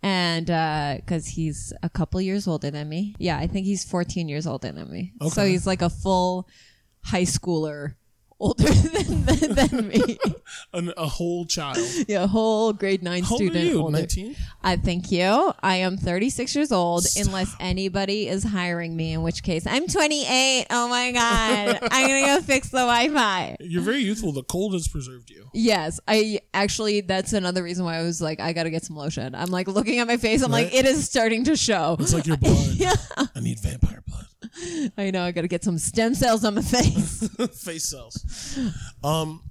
Speaker 2: And because he's a couple years older than me. Yeah, I think he's 14 years older than me. So
Speaker 1: Okay.
Speaker 2: he's like a full high schooler older than, than, than me.
Speaker 1: An, a whole child.
Speaker 2: yeah, whole grade nine
Speaker 1: How old are
Speaker 2: student.
Speaker 1: you?
Speaker 2: older.
Speaker 1: Nineteen.
Speaker 2: I thank you. I am 36 years old, unless anybody is hiring me, in which case I'm 28. Oh my God. I'm going to go fix the Wi Fi.
Speaker 1: You're very youthful. The cold has preserved you.
Speaker 2: Yes. I actually, that's another reason why I was like, I got to get some lotion. I'm like looking at my face. I'm like,
Speaker 1: Right.
Speaker 2: it is starting to show.
Speaker 1: It's like your blood. I need vampire blood.
Speaker 2: I know. I got to get some stem cells on my face.
Speaker 1: Face cells. Um,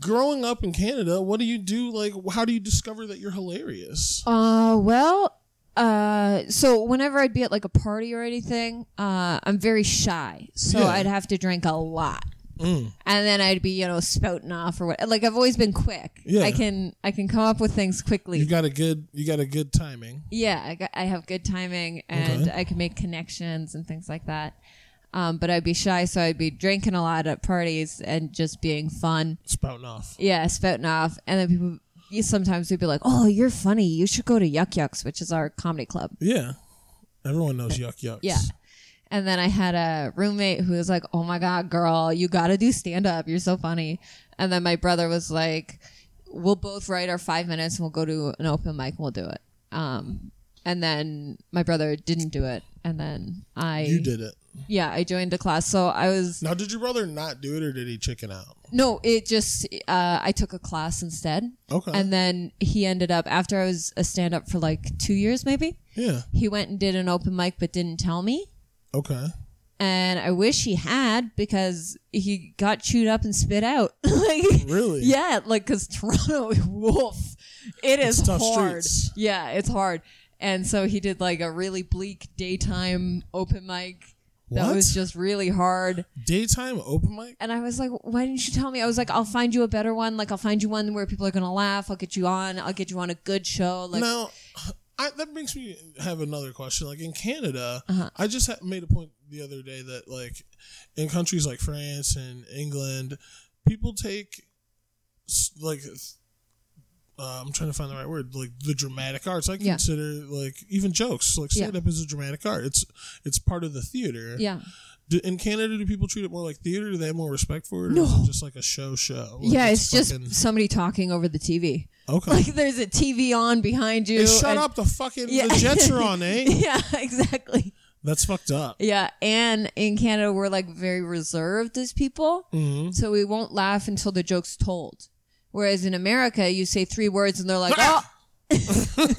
Speaker 1: growing up in Canada, what do you do? Like, how do you discover that you're hilarious?
Speaker 2: Uh, well, uh, so whenever I'd be at like a party or anything, uh, I'm very shy, so
Speaker 1: Yeah. Mm.
Speaker 2: I'd have to drink a lot, and then I'd be you know spouting off or what. Like I've always been quick.
Speaker 1: Yeah.
Speaker 2: I can I can come up with things quickly.
Speaker 1: You got a good. You got a good timing.
Speaker 2: yeah, I, got, I have good timing and
Speaker 1: Okay.
Speaker 2: I can make connections and things like that. Um, but I'd be shy, so I'd be drinking a lot at parties and just being fun.
Speaker 1: Spouting off.
Speaker 2: Yeah, spouting off, and then people. you- Sometimes would be like, "Oh, you're funny. You should go to Yuck Yucks, which is our comedy club."
Speaker 1: Yeah. Everyone knows yuck yucks.
Speaker 2: Yeah. And then I had a roommate who was like, "Oh my god, girl, you got to do stand up. You're so funny." And then my brother was like, "We'll both write our 5 minutes and we'll go to an open mic and we'll do it." Um and then my brother didn't do it. And then I
Speaker 1: You did it.
Speaker 2: Yeah, I joined a class. So I was
Speaker 1: Now, did your brother not do it, or did he chicken out?
Speaker 2: no, it just uh, I took a class instead.
Speaker 1: Okay.
Speaker 2: And then he ended up after I was a stand up for like 2 years maybe.
Speaker 1: yeah.
Speaker 2: He went and did an open mic but didn't tell me.
Speaker 1: Okay.
Speaker 2: and I wish he had because he got chewed up and spit out. like,
Speaker 1: Really?
Speaker 2: Yeah, like because Toronto, woof, it is
Speaker 1: tough
Speaker 2: hard.
Speaker 1: streets.
Speaker 2: Yeah, it's hard. And so he did like a really bleak daytime open mic that
Speaker 1: What?
Speaker 2: was just really hard.
Speaker 1: Daytime open mic.
Speaker 2: And I was like, why didn't you tell me? I was like, I'll find you a better one. Like, I'll find you one where people are gonna laugh. I'll get you on. I'll get you on a good show. Like,
Speaker 1: now, I, that makes me have another question. Like in Canada,
Speaker 2: Uh-huh.
Speaker 1: I just ha- made a point the other day that like in countries like France and England, people take s- like uh, I'm trying to find the right word, like the dramatic arts. I
Speaker 2: Yeah.
Speaker 1: consider like even jokes, like
Speaker 2: Yeah.
Speaker 1: stand up is a dramatic art. It's it's part of the theater.
Speaker 2: yeah.
Speaker 1: Do, in Canada, do people treat it more like theater? Do they have more respect for it, or is it just like a show show? Like,
Speaker 2: yeah, it's, just
Speaker 1: fucking-
Speaker 2: somebody talking over the TV.
Speaker 1: okay.
Speaker 2: Like there's a TV on behind you.
Speaker 1: Hey, shut
Speaker 2: and-
Speaker 1: up! The fucking
Speaker 2: Yeah.
Speaker 1: the Jets are on, eh?
Speaker 2: yeah, exactly.
Speaker 1: That's fucked up.
Speaker 2: Yeah, and in Canada, we're like very reserved as people, so we won't laugh until the joke's told. Whereas in America, you say three words and they're like,
Speaker 1: Ah!
Speaker 2: "Oh,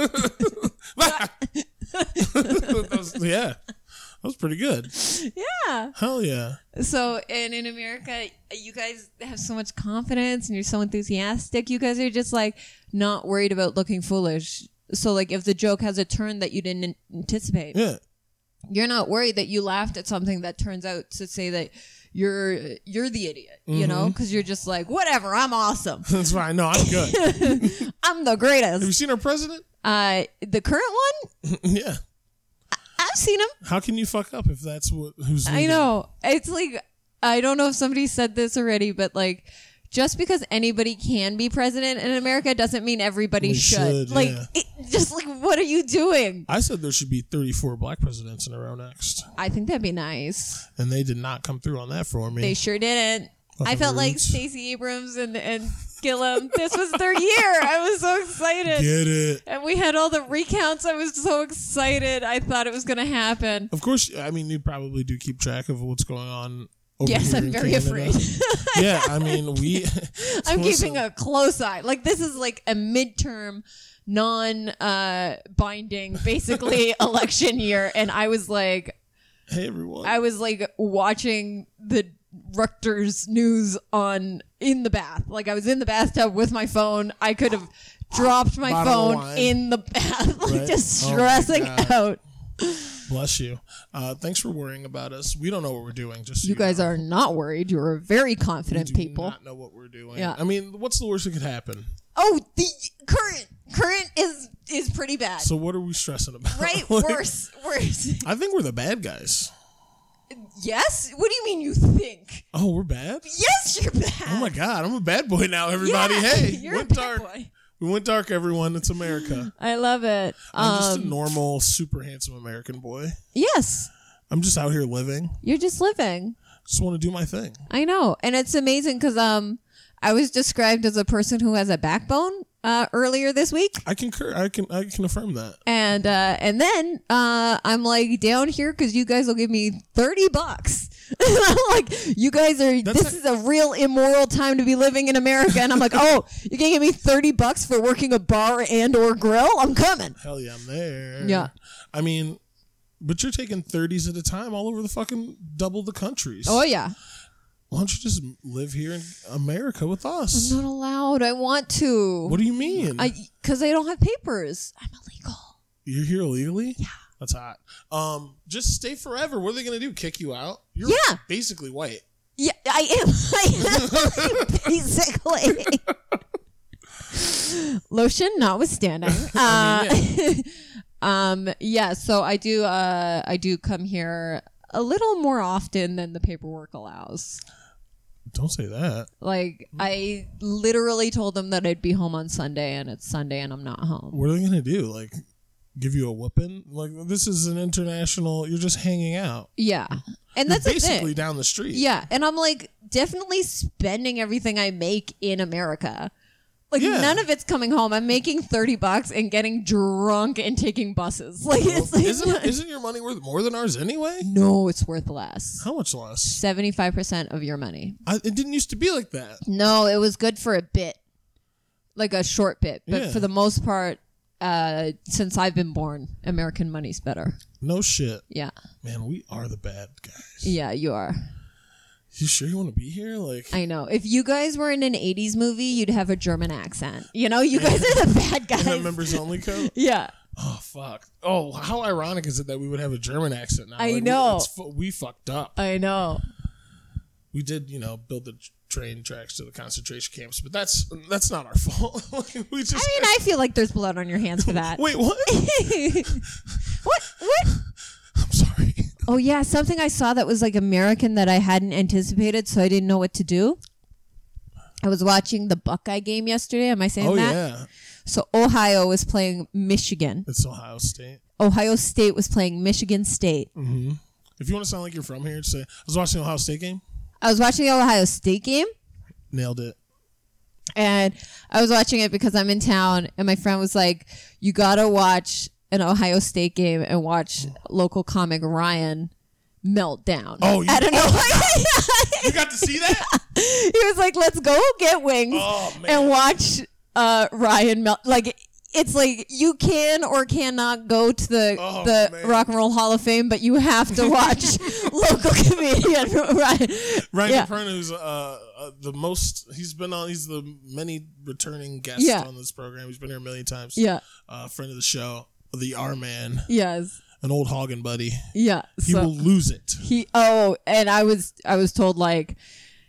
Speaker 1: That was- yeah, that was pretty good.
Speaker 2: yeah."
Speaker 1: Hell yeah.
Speaker 2: "Oh." So, and in America, you guys have so much confidence and you're so enthusiastic. You guys are just like not worried about looking foolish. So, like, if the joke has a turn that you didn't anticipate,
Speaker 1: Yeah.
Speaker 2: you're not worried that you laughed at something that turns out to say that you're you're the idiot, you know, because you're just like, whatever, I'm awesome,
Speaker 1: That's fine. No, I'm good. Have
Speaker 2: I'm the
Speaker 1: you
Speaker 2: greatest.
Speaker 1: seen our president?
Speaker 2: Uh, the current one,
Speaker 1: yeah.
Speaker 2: I've seen him.
Speaker 1: How can you fuck up if that's what who's
Speaker 2: I
Speaker 1: leading?
Speaker 2: know it's like I don't know if somebody said this already, but like. Just because anybody can be president in America doesn't mean everybody
Speaker 1: We
Speaker 2: should.
Speaker 1: should,
Speaker 2: Like,
Speaker 1: yeah.
Speaker 2: it, just like, what are you doing?
Speaker 1: I said there should be 34 black presidents in a row next,
Speaker 2: I think that'd be nice.
Speaker 1: and they did not come through on that for me.
Speaker 2: They sure didn't. I
Speaker 1: Fucking
Speaker 2: felt like
Speaker 1: roots.
Speaker 2: Stacey Abrams and and Gillum. this was their year. I was so excited.
Speaker 1: Get it?
Speaker 2: And we had all the recounts. I was so excited. I thought it was going to happen.
Speaker 1: Of course. I mean, you probably do keep track of what's going on. Over
Speaker 2: Yes,
Speaker 1: here
Speaker 2: I'm
Speaker 1: in
Speaker 2: very
Speaker 1: Canada.
Speaker 2: afraid.
Speaker 1: yeah, I mean, we. uh, Listen.
Speaker 2: I'm keeping a close eye. Like this is like a midterm, non uh, binding, basically election year, and I was like,
Speaker 1: Hey everyone.
Speaker 2: I was like watching the Rutgers news on in the bath. Like I was in the bathtub with my phone. I could have dropped my
Speaker 1: Bottle of
Speaker 2: phone
Speaker 1: wine.
Speaker 2: in the bath, like
Speaker 1: Right.
Speaker 2: just
Speaker 1: Oh my
Speaker 2: stressing
Speaker 1: God.
Speaker 2: out.
Speaker 1: Bless you. Uh, thanks for worrying about us. We don't know what we're doing. Just so
Speaker 2: You guys
Speaker 1: know.
Speaker 2: are not worried. You are very
Speaker 1: We
Speaker 2: confident
Speaker 1: do
Speaker 2: people.
Speaker 1: not know what we're doing.
Speaker 2: Yeah.
Speaker 1: I mean, what's the worst that could happen?
Speaker 2: Oh, the current current is is pretty bad.
Speaker 1: So what are we stressing about?
Speaker 2: right?
Speaker 1: Like,
Speaker 2: worse, worse.
Speaker 1: I think we're the bad guys.
Speaker 2: Yes. What do you mean you think?
Speaker 1: Oh, we're bad.
Speaker 2: Yes, you're bad.
Speaker 1: Oh my God, I'm a bad boy now. Everybody, hey,
Speaker 2: you're
Speaker 1: went
Speaker 2: a bad
Speaker 1: dark.
Speaker 2: boy.
Speaker 1: We went dark. Everyone, it's America.
Speaker 2: I love it.
Speaker 1: I'm just a
Speaker 2: Um,
Speaker 1: normal, super handsome American boy.
Speaker 2: yes,
Speaker 1: I'm just out here living.
Speaker 2: you're just living.
Speaker 1: Just want to do my thing.
Speaker 2: I know, and it's amazing because um, I was described as a person who has a backbone uh, earlier this week.
Speaker 1: I concur. I can. I can affirm that.
Speaker 2: and uh, and then uh, I'm like down here because you guys will give me thirty bucks. And I'm like, you guys are.
Speaker 1: That's
Speaker 2: this is a real immoral time to be living in America. And I'm like, oh, you can give me thirty bucks for working a bar and or grill. I'm coming.
Speaker 1: Hell yeah, I'm there.
Speaker 2: Yeah.
Speaker 1: I mean, but you're taking 30s at a time all over the fucking double the countries.
Speaker 2: Oh yeah,
Speaker 1: Why don't you just live here in America with us?
Speaker 2: not allowed. I want to.
Speaker 1: What do you mean?
Speaker 2: Mm-hmm. I because I don't have papers. I'm illegal.
Speaker 1: you're here illegally? Yeah. That's hot. Um, just stay forever. What are they gonna do? Kick you out? You're
Speaker 2: Yeah.
Speaker 1: basically white.
Speaker 2: Yeah, I am. I am basically. Lotion notwithstanding. Uh, um, yeah, so I do. Uh, I do come here a little more often than the paperwork allows.
Speaker 1: Don't say that.
Speaker 2: Like
Speaker 1: Hmm.
Speaker 2: I literally told them that I'd be home on Sunday, and it's Sunday, and I'm not home.
Speaker 1: What are they gonna do? Like give you a whooping? Like this is an international you're just hanging out.
Speaker 2: Yeah, and that's
Speaker 1: you're
Speaker 2: the thing.
Speaker 1: basically down the street.
Speaker 2: Yeah, and I'm like definitely spending everything I make in America. Like
Speaker 1: Yeah.
Speaker 2: none of it's coming home. I'm making thirty bucks and getting drunk and taking buses. Like
Speaker 1: Well,
Speaker 2: it's like,
Speaker 1: isn't isn't your money worth more than ours anyway?
Speaker 2: no, it's worth less.
Speaker 1: How much less?
Speaker 2: Seventy five percent of your money.
Speaker 1: I, it didn't used to be like that.
Speaker 2: No, it was good for a bit, like a short bit, but
Speaker 1: Yeah.
Speaker 2: for the most part, uh, since I've been born, American money's better.
Speaker 1: No shit.
Speaker 2: Yeah,
Speaker 1: Man, we are the bad guys.
Speaker 2: yeah, you are.
Speaker 1: You sure you want to be here? Like,
Speaker 2: I know. If you guys were in an '80s movie, you'd have a German accent. You know, you guys are the bad
Speaker 1: in a
Speaker 2: guys.
Speaker 1: members only code?
Speaker 2: Yeah.
Speaker 1: Oh, fuck. Oh, how ironic is it that we would have a German accent now?
Speaker 2: I
Speaker 1: we-
Speaker 2: know.
Speaker 1: it's fu- we fucked up.
Speaker 2: I know.
Speaker 1: We did, you know, build the tr- train tracks to the concentration camps, but that's that's not our fault. Like, we just.
Speaker 2: I mean, I feel like there's blood on your hands for that.
Speaker 1: Wait, what?
Speaker 2: what? What?
Speaker 1: I'm sorry.
Speaker 2: Oh yeah, something I saw that was like American that I hadn't anticipated, so I didn't know what to do. I was watching the Buckeye game yesterday. Am I saying
Speaker 1: Oh,
Speaker 2: that?
Speaker 1: yeah.
Speaker 2: So Ohio was playing Michigan.
Speaker 1: It's Ohio State.
Speaker 2: Ohio State was playing Michigan State.
Speaker 1: Mm. If you want to sound like you're from here, say, I was watching the Ohio State game.
Speaker 2: I was watching the Ohio State game.
Speaker 1: Nailed it.
Speaker 2: and I was watching it because I'm in town, and my friend was like, "You gotta watch an Ohio State game and watch local comic Ryan melt down."
Speaker 1: Oh, you-
Speaker 2: I don't know.
Speaker 1: You got to see that?
Speaker 2: he was like, "Let's go get wings
Speaker 1: Oh, man.
Speaker 2: and watch uh, Ryan melt." Like it's like you can or cannot go to the
Speaker 1: Oh,
Speaker 2: the
Speaker 1: man.
Speaker 2: Rock and Roll Hall of Fame, but you have to watch local comedian Ryan.
Speaker 1: Ryan
Speaker 2: Yeah.
Speaker 1: Caperna, who's uh, uh, the most, he's been on, he's the many returning guest
Speaker 2: Yeah.
Speaker 1: on this program. He's been here a million times.
Speaker 2: Yeah.
Speaker 1: Uh, friend of the show, the R Man,
Speaker 2: Yes.
Speaker 1: an old Hogan buddy.
Speaker 2: Yeah.
Speaker 1: He
Speaker 2: so.
Speaker 1: will lose it.
Speaker 2: he oh and i was i was told like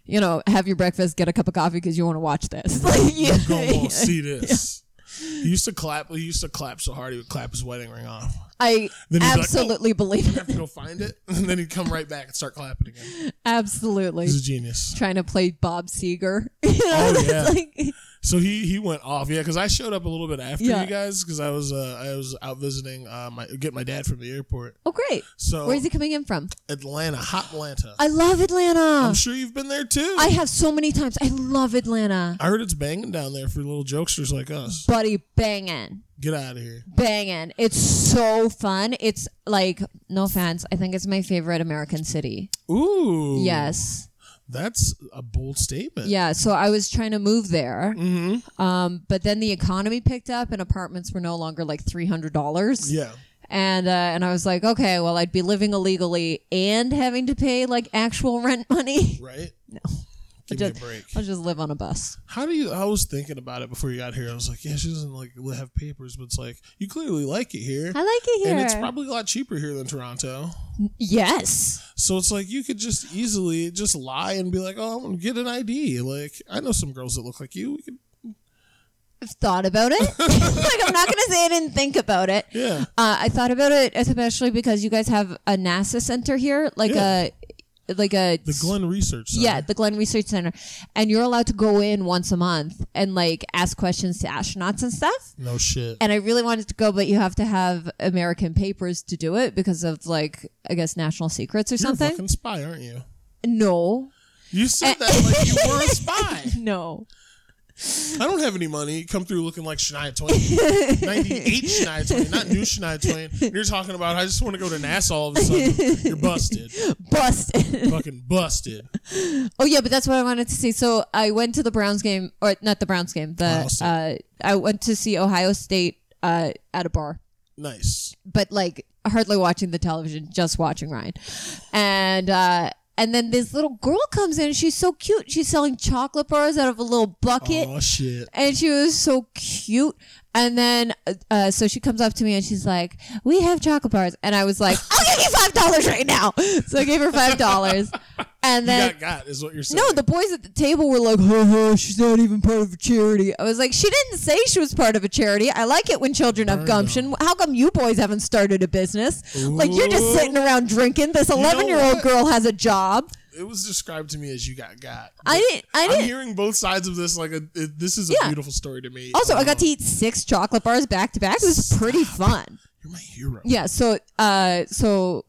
Speaker 2: you know have your breakfast get a cup of coffee because you want to watch this like you,
Speaker 1: Go on, see this. He used to clap. He used to clap so hard he would clap his wedding ring off.
Speaker 2: i
Speaker 1: Then he's like, "Oh."
Speaker 2: absolutely believe
Speaker 1: I
Speaker 2: it
Speaker 1: have to go find it, and then he'd come right back and start clapping again.
Speaker 2: absolutely
Speaker 1: He's a genius.
Speaker 2: trying to play bob seeger you know
Speaker 1: Oh,
Speaker 2: it's
Speaker 1: yeah.
Speaker 2: like
Speaker 1: So he he went off. Yeah, because I showed up a little bit after
Speaker 2: Yeah.
Speaker 1: you guys because I was uh, I was out visiting uh, my get my dad from the airport.
Speaker 2: oh great
Speaker 1: So
Speaker 2: where's he coming in from
Speaker 1: Atlanta, hot Atlanta.
Speaker 2: i love atlanta
Speaker 1: I'm sure you've been there too.
Speaker 2: i have so many times i love atlanta
Speaker 1: I heard it's banging down there for little jokesters like us.
Speaker 2: buddy banging
Speaker 1: Get out of here.
Speaker 2: banging it's so fun it's like no offense i think it's my favorite american city
Speaker 1: Ooh.
Speaker 2: yes
Speaker 1: That's a bold statement.
Speaker 2: Yeah, so I was trying to move there,
Speaker 1: Mm-hmm.
Speaker 2: um, but then the economy picked up and apartments were no longer like three hundred dollars.
Speaker 1: Yeah.
Speaker 2: and uh, and I was like, okay, well, I'd be living illegally and having to pay like actual rent money.
Speaker 1: Right? No. Give
Speaker 2: just,
Speaker 1: me a break.
Speaker 2: I'll just live on a bus.
Speaker 1: How do you? I was thinking about it before you got here. I was like, yeah, she doesn't like have papers, but it's like you clearly like it here,
Speaker 2: I like it here.
Speaker 1: and it's probably a lot cheaper here than Toronto.
Speaker 2: yes.
Speaker 1: So it's like you could just easily just lie and be like, oh, I'm gonna get an ID. Like I know some girls that look like you. We could,
Speaker 2: I've thought about it. like I'm not gonna say I didn't think about it.
Speaker 1: yeah,
Speaker 2: Uh, I thought about it, especially because you guys have a NASA center here, like
Speaker 1: Yeah.
Speaker 2: a like a
Speaker 1: the Glenn Research. Center.
Speaker 2: yeah, the Glenn Research Center, and you're allowed to go in once a month and like ask questions to astronauts and stuff.
Speaker 1: No shit.
Speaker 2: And I really wanted to go, but you have to have American papers to do it because of like I guess national secrets
Speaker 1: You're
Speaker 2: or
Speaker 1: a
Speaker 2: something.
Speaker 1: fucking spy, aren't you?
Speaker 2: No,
Speaker 1: You said that like you were a spy.
Speaker 2: no.
Speaker 1: I don't have any money. Come through looking like Shania Twain, ninety-eight Shania Twain, not new Shania Twain. And you're talking about I just want to go to NASA all of a sudden. You're busted,
Speaker 2: Busted.
Speaker 1: fucking busted.
Speaker 2: oh yeah, but that's what I wanted to see. So I went to the Browns game, or not the Browns game.
Speaker 1: Ohio
Speaker 2: The uh,
Speaker 1: State.
Speaker 2: I went to see Ohio State uh, at a bar.
Speaker 1: Nice.
Speaker 2: but like hardly watching the television, just watching Ryan. And uh and then this little girl comes in, she's so cute. She's selling chocolate bars out of a little bucket.
Speaker 1: Oh shit.
Speaker 2: And she was so cute. And then, uh, so she comes up to me and she's like, "We have chocolate bars." And I was like, "I'll give you five dollars right now." So I gave her five dollars. And
Speaker 1: You
Speaker 2: then,
Speaker 1: got got is what you're saying.
Speaker 2: no, the boys at the table were like, "Ho ho, she's not even part of a charity." I was like, "She didn't say she was part of a charity." I like it when children have gumption. How come you boys haven't started a business? Like you're just
Speaker 1: Ooh.
Speaker 2: sitting around drinking. This 11 year old
Speaker 1: what?
Speaker 2: girl has a job.
Speaker 1: it was described to me as you got got.
Speaker 2: I didn't. I
Speaker 1: I'm
Speaker 2: didn't.
Speaker 1: hearing both sides of this. Like a, it- this is a
Speaker 2: Yeah.
Speaker 1: beautiful story to me.
Speaker 2: Also, I got
Speaker 1: Um,
Speaker 2: to eat six chocolate bars back to back. It was pretty fun.
Speaker 1: You're my hero.
Speaker 2: Yeah. So, uh, so.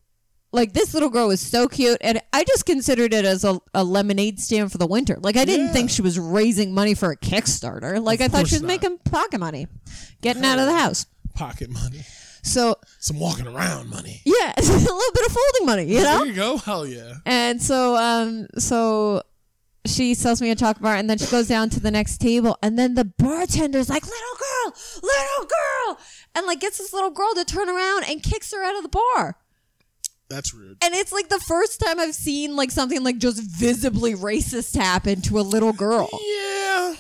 Speaker 2: Like this little girl was so cute, and I just considered it as a, a lemonade stand for the winter. Like I didn't
Speaker 1: Yeah.
Speaker 2: think she was raising money for a Kickstarter. Like
Speaker 1: Of
Speaker 2: I thought
Speaker 1: course
Speaker 2: she was
Speaker 1: not.
Speaker 2: making pocket money, getting out of the house.
Speaker 1: Pocket money.
Speaker 2: So
Speaker 1: Some walking around money.
Speaker 2: yeah, a little bit of folding money, you know.
Speaker 1: There you go. Hell yeah.
Speaker 2: And so, um, so she sells me a chocolate bar, and then she goes down to the next table, and then the bartender's like, "Little girl, little girl," and like gets this little girl to turn around and kicks her out of the bar.
Speaker 1: That's rude.
Speaker 2: And it's like the first time I've seen like something like just visibly racist happen to a little girl.
Speaker 1: Yeah.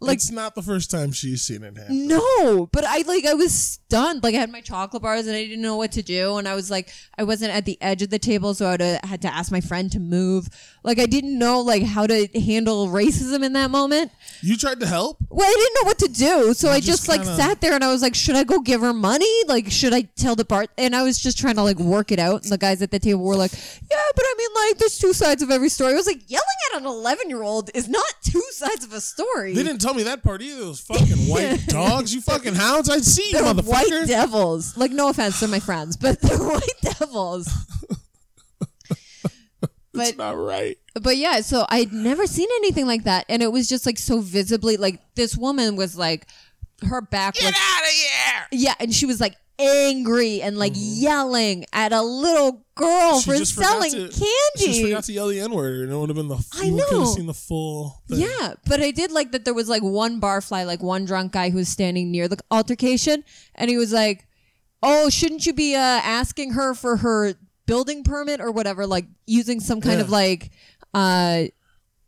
Speaker 2: Like-
Speaker 1: it's not the first time she's seen it happen.
Speaker 2: No, but I like I was stunned. Like I had my chocolate bars and I didn't know what to do, and I was like I wasn't at the edge of the table, so I would've had to ask my friend to move. Like I didn't know like how to handle racism in that moment.
Speaker 1: You tried to help?
Speaker 2: Well, I didn't know what to do, so I
Speaker 1: just
Speaker 2: just, like
Speaker 1: kinda-
Speaker 2: sat there and I was like, should I go give her money? Like, should I tell the Bart? And I was just trying to like work it out. And the guys at the table were like, yeah, but I mean, like, there's two sides of every story. I was like, yelling at an 11 year old is not two sides of a story.
Speaker 1: They didn't tell me that part either. Those fucking white dogs, you fucking hounds. I'd see you,
Speaker 2: They're
Speaker 1: motherfucker.
Speaker 2: white devils. Like, no offense, they're my friends, but they're white devils. but
Speaker 1: That's not right.
Speaker 2: but yeah, so I'd never seen anything like that, and it was just like so visibly like this woman was like her back was
Speaker 1: out of here.
Speaker 2: yeah, and she was like angry and like yelling at a little
Speaker 1: Mm-hmm.
Speaker 2: girl
Speaker 1: She
Speaker 2: for
Speaker 1: just forgot
Speaker 2: selling
Speaker 1: to- She just
Speaker 2: candy.
Speaker 1: forgot to yell the N word, and it would have been the.
Speaker 2: I
Speaker 1: you Could have
Speaker 2: know.
Speaker 1: seen the full. Thing.
Speaker 2: Yeah, but I did like that there was like one barfly, like one drunk guy who was standing near the altercation, and he was like, "Oh, shouldn't you be uh, asking her for her building permit or whatever? Like using some kind
Speaker 1: Yeah.
Speaker 2: of like, uh,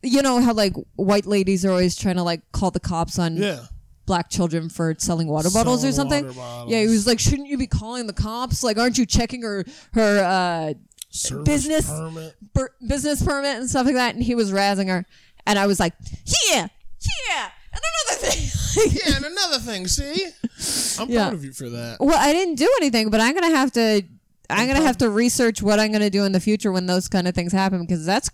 Speaker 2: you know how like white ladies are always trying to like call the cops on
Speaker 1: Yeah.
Speaker 2: black children for selling water bottles or
Speaker 1: Selling
Speaker 2: something.
Speaker 1: water bottles.
Speaker 2: Yeah, he was like, "Shouldn't you be calling the cops? Like, aren't you checking her her uh,
Speaker 1: Service
Speaker 2: Business-
Speaker 1: permit.
Speaker 2: bur- business permit and stuff like that?" And he was razzing her, and I was like, "Yeah, yeah." And another thing,
Speaker 1: Yeah, and another thing. See, I'm
Speaker 2: Yeah.
Speaker 1: proud of you for that.
Speaker 2: well, I didn't do anything, but I'm gonna have to. I'm gonna have to research what I'm gonna do in the future when those kind of things happen because that's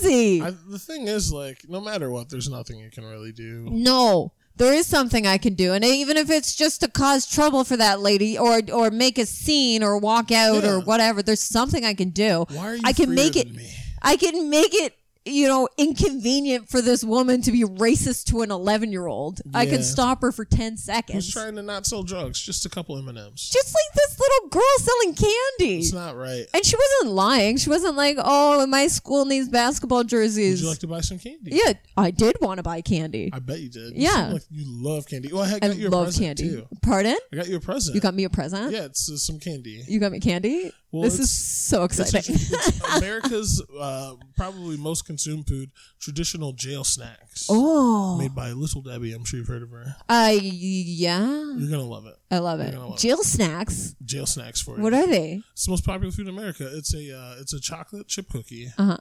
Speaker 2: crazy.
Speaker 1: I, the thing is, like, no matter what, there's nothing you can really do.
Speaker 2: no. There is something I can do, and even if it's just to cause trouble for that lady, or or make a scene, or walk out,
Speaker 1: Yeah.
Speaker 2: or whatever, there's something I can do.
Speaker 1: Why are you?
Speaker 2: I can
Speaker 1: freer
Speaker 2: make it
Speaker 1: than Me?
Speaker 2: I can make it, you know, inconvenient for this woman to be racist to an 11 year old. I
Speaker 1: Yeah.
Speaker 2: can stop her for 10
Speaker 1: Who's
Speaker 2: seconds.
Speaker 1: trying to not sell drugs? Just a couple M and M's.
Speaker 2: Just like this little girl selling candy.
Speaker 1: It's not right.
Speaker 2: and she wasn't lying. She wasn't like, oh, my school needs basketball
Speaker 1: Would
Speaker 2: jerseys.
Speaker 1: you like to buy some candy?
Speaker 2: yeah, I did want to buy candy.
Speaker 1: I bet you did. You
Speaker 2: Yeah.
Speaker 1: seem like you love candy. Well, I had
Speaker 2: I,
Speaker 1: got you a
Speaker 2: love
Speaker 1: present
Speaker 2: candy.
Speaker 1: too.
Speaker 2: Pardon?
Speaker 1: I got you a present.
Speaker 2: You got me a present?
Speaker 1: yeah, it's uh, some candy.
Speaker 2: You got me candy?
Speaker 1: Well,
Speaker 2: this is
Speaker 1: it's-
Speaker 2: so
Speaker 1: it's-
Speaker 2: exciting.
Speaker 1: it's America's uh, probably most consumed food, traditional jail snacks.
Speaker 2: oh,
Speaker 1: Made by Little Debbie. I'm sure you've heard of her.
Speaker 2: uh, yeah,
Speaker 1: You're going to love it.
Speaker 2: I love
Speaker 1: You're
Speaker 2: it.
Speaker 1: gonna love it.
Speaker 2: Jill snacks.
Speaker 1: Jail snacks for you.
Speaker 2: What are they?
Speaker 1: It's the most popular food in America. It's a uh, it's a chocolate chip cookie
Speaker 2: Uh-huh.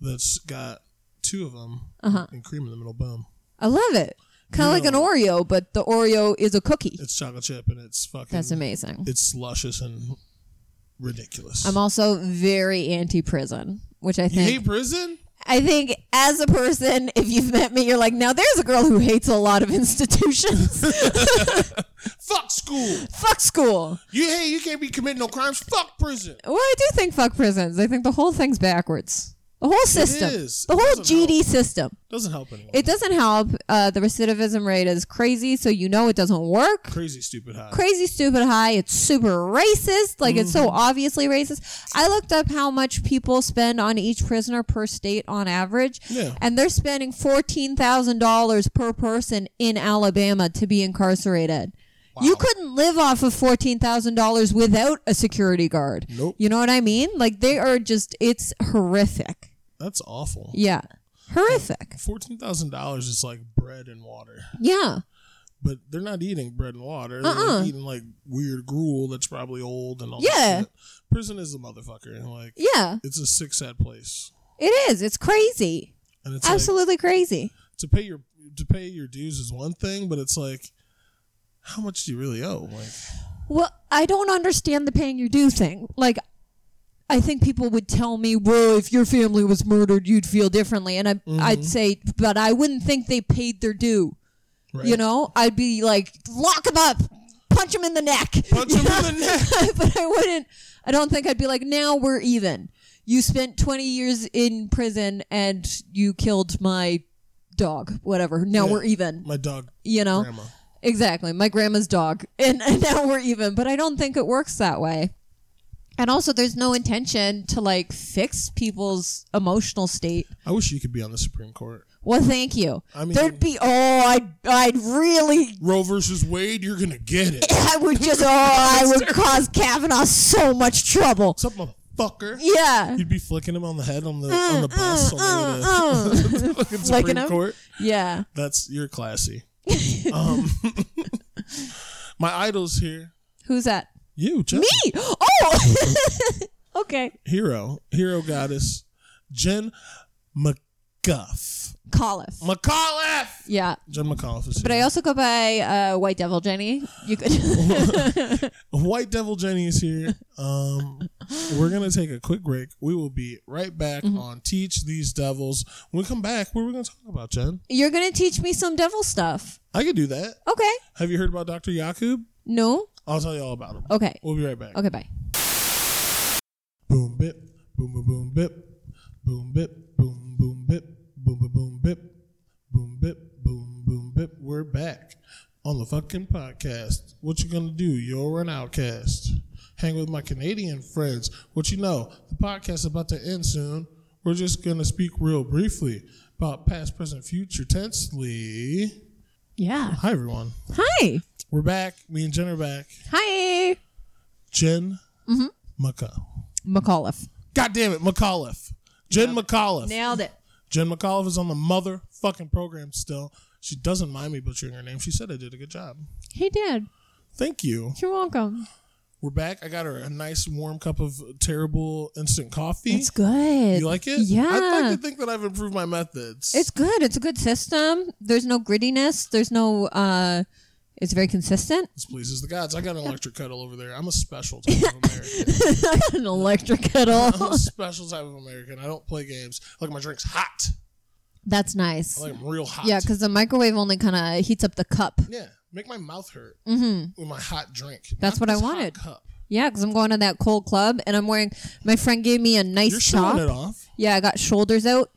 Speaker 1: that's got two of them and cream in the middle. Boom!
Speaker 2: I love it. Kind of like an
Speaker 1: No.
Speaker 2: Oreo, but the Oreo is a cookie.
Speaker 1: It's chocolate chip and it's fucking.
Speaker 2: That's amazing.
Speaker 1: It's luscious and ridiculous.
Speaker 2: I'm also very anti-prison, which I
Speaker 1: you
Speaker 2: think
Speaker 1: hate prison?
Speaker 2: I think as a person, if you've met me, you're like, now there's a girl who hates a lot of institutions.
Speaker 1: Fuck school.
Speaker 2: fuck school.
Speaker 1: You hey, you can't be committing no crimes. Fuck prison.
Speaker 2: Well, I do think fuck prisons. I think the whole thing's backwards. The whole system.
Speaker 1: is.
Speaker 2: The
Speaker 1: It
Speaker 2: whole
Speaker 1: doesn't
Speaker 2: GD system.
Speaker 1: Doesn't help anyone.
Speaker 2: It doesn't help. Uh, the recidivism rate is crazy, so you know it doesn't work.
Speaker 1: Crazy stupid high.
Speaker 2: Crazy, stupid high. It's super racist. Like, it's
Speaker 1: Mm-hmm.
Speaker 2: so obviously racist. I looked up how much people spend on each prisoner per state on average.
Speaker 1: Yeah.
Speaker 2: and they're spending fourteen thousand dollars per person in Alabama to be incarcerated. You couldn't live off of fourteen thousand dollars without a security guard.
Speaker 1: Nope.
Speaker 2: You know what I mean? Like they are just—it's horrific.
Speaker 1: That's awful.
Speaker 2: Yeah, horrific.
Speaker 1: Fourteen thousand dollars is like bread and water.
Speaker 2: Yeah,
Speaker 1: But they're not eating bread and water. They're
Speaker 2: Uh-uh.
Speaker 1: eating like weird gruel that's probably old and all
Speaker 2: Yeah.
Speaker 1: that shit. Prison is a motherfucker. Like
Speaker 2: yeah,
Speaker 1: it's a sick sad place.
Speaker 2: it is. It's crazy.
Speaker 1: And it's
Speaker 2: Absolutely crazy.
Speaker 1: like to pay your to pay your dues is one thing, but it's like how much do you really owe? Like
Speaker 2: Well, I don't understand the paying your due thing. Like, I think people would tell me, "Well, if your family was murdered, you'd feel differently," and I, I'd say, "But I wouldn't think they paid their due."
Speaker 1: right?
Speaker 2: You know, I'd be like, "Lock him up, punch him in the neck."
Speaker 1: Punch him in the neck.
Speaker 2: but I wouldn't. I don't think I'd be like, "Now we're even." You spent twenty years in prison and you killed my dog. Whatever. Now
Speaker 1: Yeah.
Speaker 2: we're even.
Speaker 1: My dog
Speaker 2: You know.
Speaker 1: grandma.
Speaker 2: Exactly. My grandma's dog. And, and now we're even, but I don't think it works that way. And also, there's no intention to like fix people's emotional state.
Speaker 1: I wish you could be on the Supreme Court.
Speaker 2: Well, thank you.
Speaker 1: I mean-
Speaker 2: There'd be, oh, I'd, I'd really,
Speaker 1: Roe versus Wade, you're gonna get it.
Speaker 2: I would just, oh, I would cause Kavanaugh so much trouble.
Speaker 1: What's up, motherfucker?
Speaker 2: Yeah.
Speaker 1: You'd be flicking him on the head on the on the bus on the way
Speaker 2: Uh, uh.
Speaker 1: to the fucking
Speaker 2: Flicking
Speaker 1: Supreme
Speaker 2: him?
Speaker 1: Court.
Speaker 2: yeah.
Speaker 1: That's you're classy. um, my idol's here.
Speaker 2: Who's that?
Speaker 1: You, Jen.
Speaker 2: Me. Oh. okay.
Speaker 1: hero, hero goddess, Jen McGuff,
Speaker 2: Coliff.
Speaker 1: McAuliffe.
Speaker 2: Yeah.
Speaker 1: Jen McAuliffe is
Speaker 2: But I
Speaker 1: here.
Speaker 2: also go by uh, White Devil Jenny. You could.
Speaker 1: White Devil Jenny is here. Um, we're gonna take a quick break. We will be right back on Teach These Devils. When we come back, what are we gonna talk about, Jen?
Speaker 2: You're gonna teach me some devil stuff.
Speaker 1: I could do that.
Speaker 2: Okay.
Speaker 1: Have you heard about Dr. Yakub?
Speaker 2: No.
Speaker 1: I'll tell you all about him.
Speaker 2: Okay.
Speaker 1: We'll be right back.
Speaker 2: Okay. Bye.
Speaker 1: Boom bip, boom ba boom bip, boom bip, boom boom bip, boom ba boom bip, boom bip, boom boom bip. We're back on the fucking podcast. What you gonna do? You're an outcast. Hang with my Canadian friends. What you know? The podcast's about to end soon. We're just gonna speak real briefly about past, present, future tensely.
Speaker 2: Yeah.
Speaker 1: Hi everyone.
Speaker 2: Hi.
Speaker 1: We're back. Me and Jen are back.
Speaker 2: Hi.
Speaker 1: Jen McCall.
Speaker 2: McAuliffe.
Speaker 1: God damn it, McAuliffe. Jen McAuliffe.
Speaker 2: Nailed it.
Speaker 1: Jen McAuliffe is on the motherfucking program still. She doesn't mind me butchering her name. She said I did a good job.
Speaker 2: He did.
Speaker 1: Thank you.
Speaker 2: You're welcome.
Speaker 1: We're back. I got her a nice warm cup of terrible instant coffee.
Speaker 2: It's good.
Speaker 1: you like it?
Speaker 2: Yeah.
Speaker 1: I'd like to think that I've improved my methods.
Speaker 2: it's good. It's a good system. There's no grittiness. There's no. uh It's very consistent.
Speaker 1: this pleases the gods. I got an electric kettle over there. I'm a special type of American.
Speaker 2: An electric
Speaker 1: I'm
Speaker 2: kettle.
Speaker 1: a special type of American. I don't play games. I like my drinks hot.
Speaker 2: That's nice.
Speaker 1: I like them real hot.
Speaker 2: Yeah, because the microwave only kind of heats up the cup.
Speaker 1: Yeah. Make my mouth hurt
Speaker 2: Mm-hmm.
Speaker 1: with my hot drink.
Speaker 2: That's
Speaker 1: Not
Speaker 2: what I
Speaker 1: this hot
Speaker 2: wanted.
Speaker 1: Cup.
Speaker 2: Yeah, because I'm going to that cold club, and I'm wearing. My friend gave me a nice
Speaker 1: You're
Speaker 2: top.
Speaker 1: showing it off.
Speaker 2: Yeah, I got shoulders out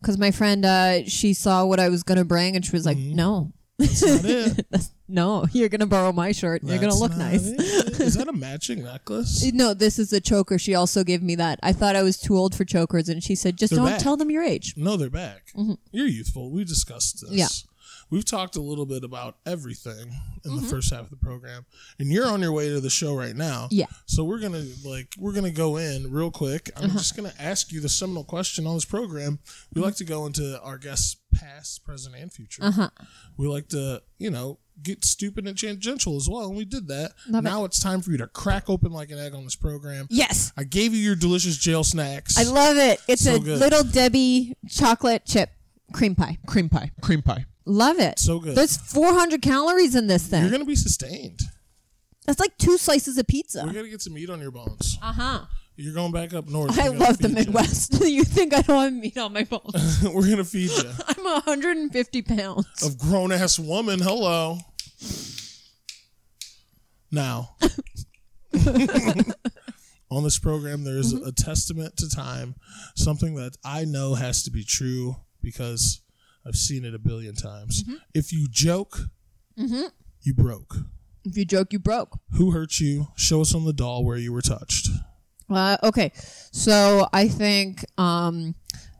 Speaker 2: because my friend uh, she saw what I was gonna bring and she was
Speaker 1: Mm-hmm.
Speaker 2: like, "No,
Speaker 1: That's not it.
Speaker 2: no, you're gonna borrow my shirt and you're gonna
Speaker 1: That's
Speaker 2: look
Speaker 1: not
Speaker 2: nice."
Speaker 1: it. Is that a matching necklace?
Speaker 2: No, this is a choker. She also gave me that. I thought I was too old for chokers, and she said, "Just
Speaker 1: They're
Speaker 2: don't
Speaker 1: back.
Speaker 2: tell them your age."
Speaker 1: No, they're back. You're youthful. We discussed this.
Speaker 2: Mm-hmm. Yeah.
Speaker 1: we've talked a little bit about everything in
Speaker 2: Mm-hmm.
Speaker 1: the first half of the program, and you're on your way to the show right now.
Speaker 2: Yeah.
Speaker 1: So we're gonna like we're gonna go in real quick. I'm
Speaker 2: Uh-huh.
Speaker 1: just gonna ask you the seminal question on this program.
Speaker 2: Mm-hmm.
Speaker 1: We like to go into our guests' past, present, and future.
Speaker 2: Uh-huh.
Speaker 1: We like to you know get stupid and tangential as well, and we did that.
Speaker 2: Love it.
Speaker 1: now it's time for you to crack open like an egg on this program.
Speaker 2: Yes.
Speaker 1: I gave you your delicious jail snacks.
Speaker 2: I love it. It's
Speaker 1: So
Speaker 2: a
Speaker 1: good.
Speaker 2: little Debbie chocolate chip cream pie.
Speaker 1: cream pie. Cream pie.
Speaker 2: Love it.
Speaker 1: So good.
Speaker 2: There's 400 calories in this
Speaker 1: You're
Speaker 2: thing.
Speaker 1: gonna be sustained.
Speaker 2: That's like two slices of
Speaker 1: We're
Speaker 2: pizza.
Speaker 1: gonna get some meat on your bones.
Speaker 2: Uh huh.
Speaker 1: You're going back up north.
Speaker 2: I
Speaker 1: We're gonna
Speaker 2: love the
Speaker 1: feed you.
Speaker 2: Midwest. you think I don't have meat on my bones?
Speaker 1: We're gonna feed you.
Speaker 2: I'm 150 pounds.
Speaker 1: of grown ass woman. Hello. Now, on this program, there is a testament to time, something that I know has to be true because I've seen it a billion times.
Speaker 2: Mm-hmm.
Speaker 1: If you joke, you broke.
Speaker 2: If you joke, you broke.
Speaker 1: Who hurt you? Show us on the doll where you were touched.
Speaker 2: Uh, okay, so I think um,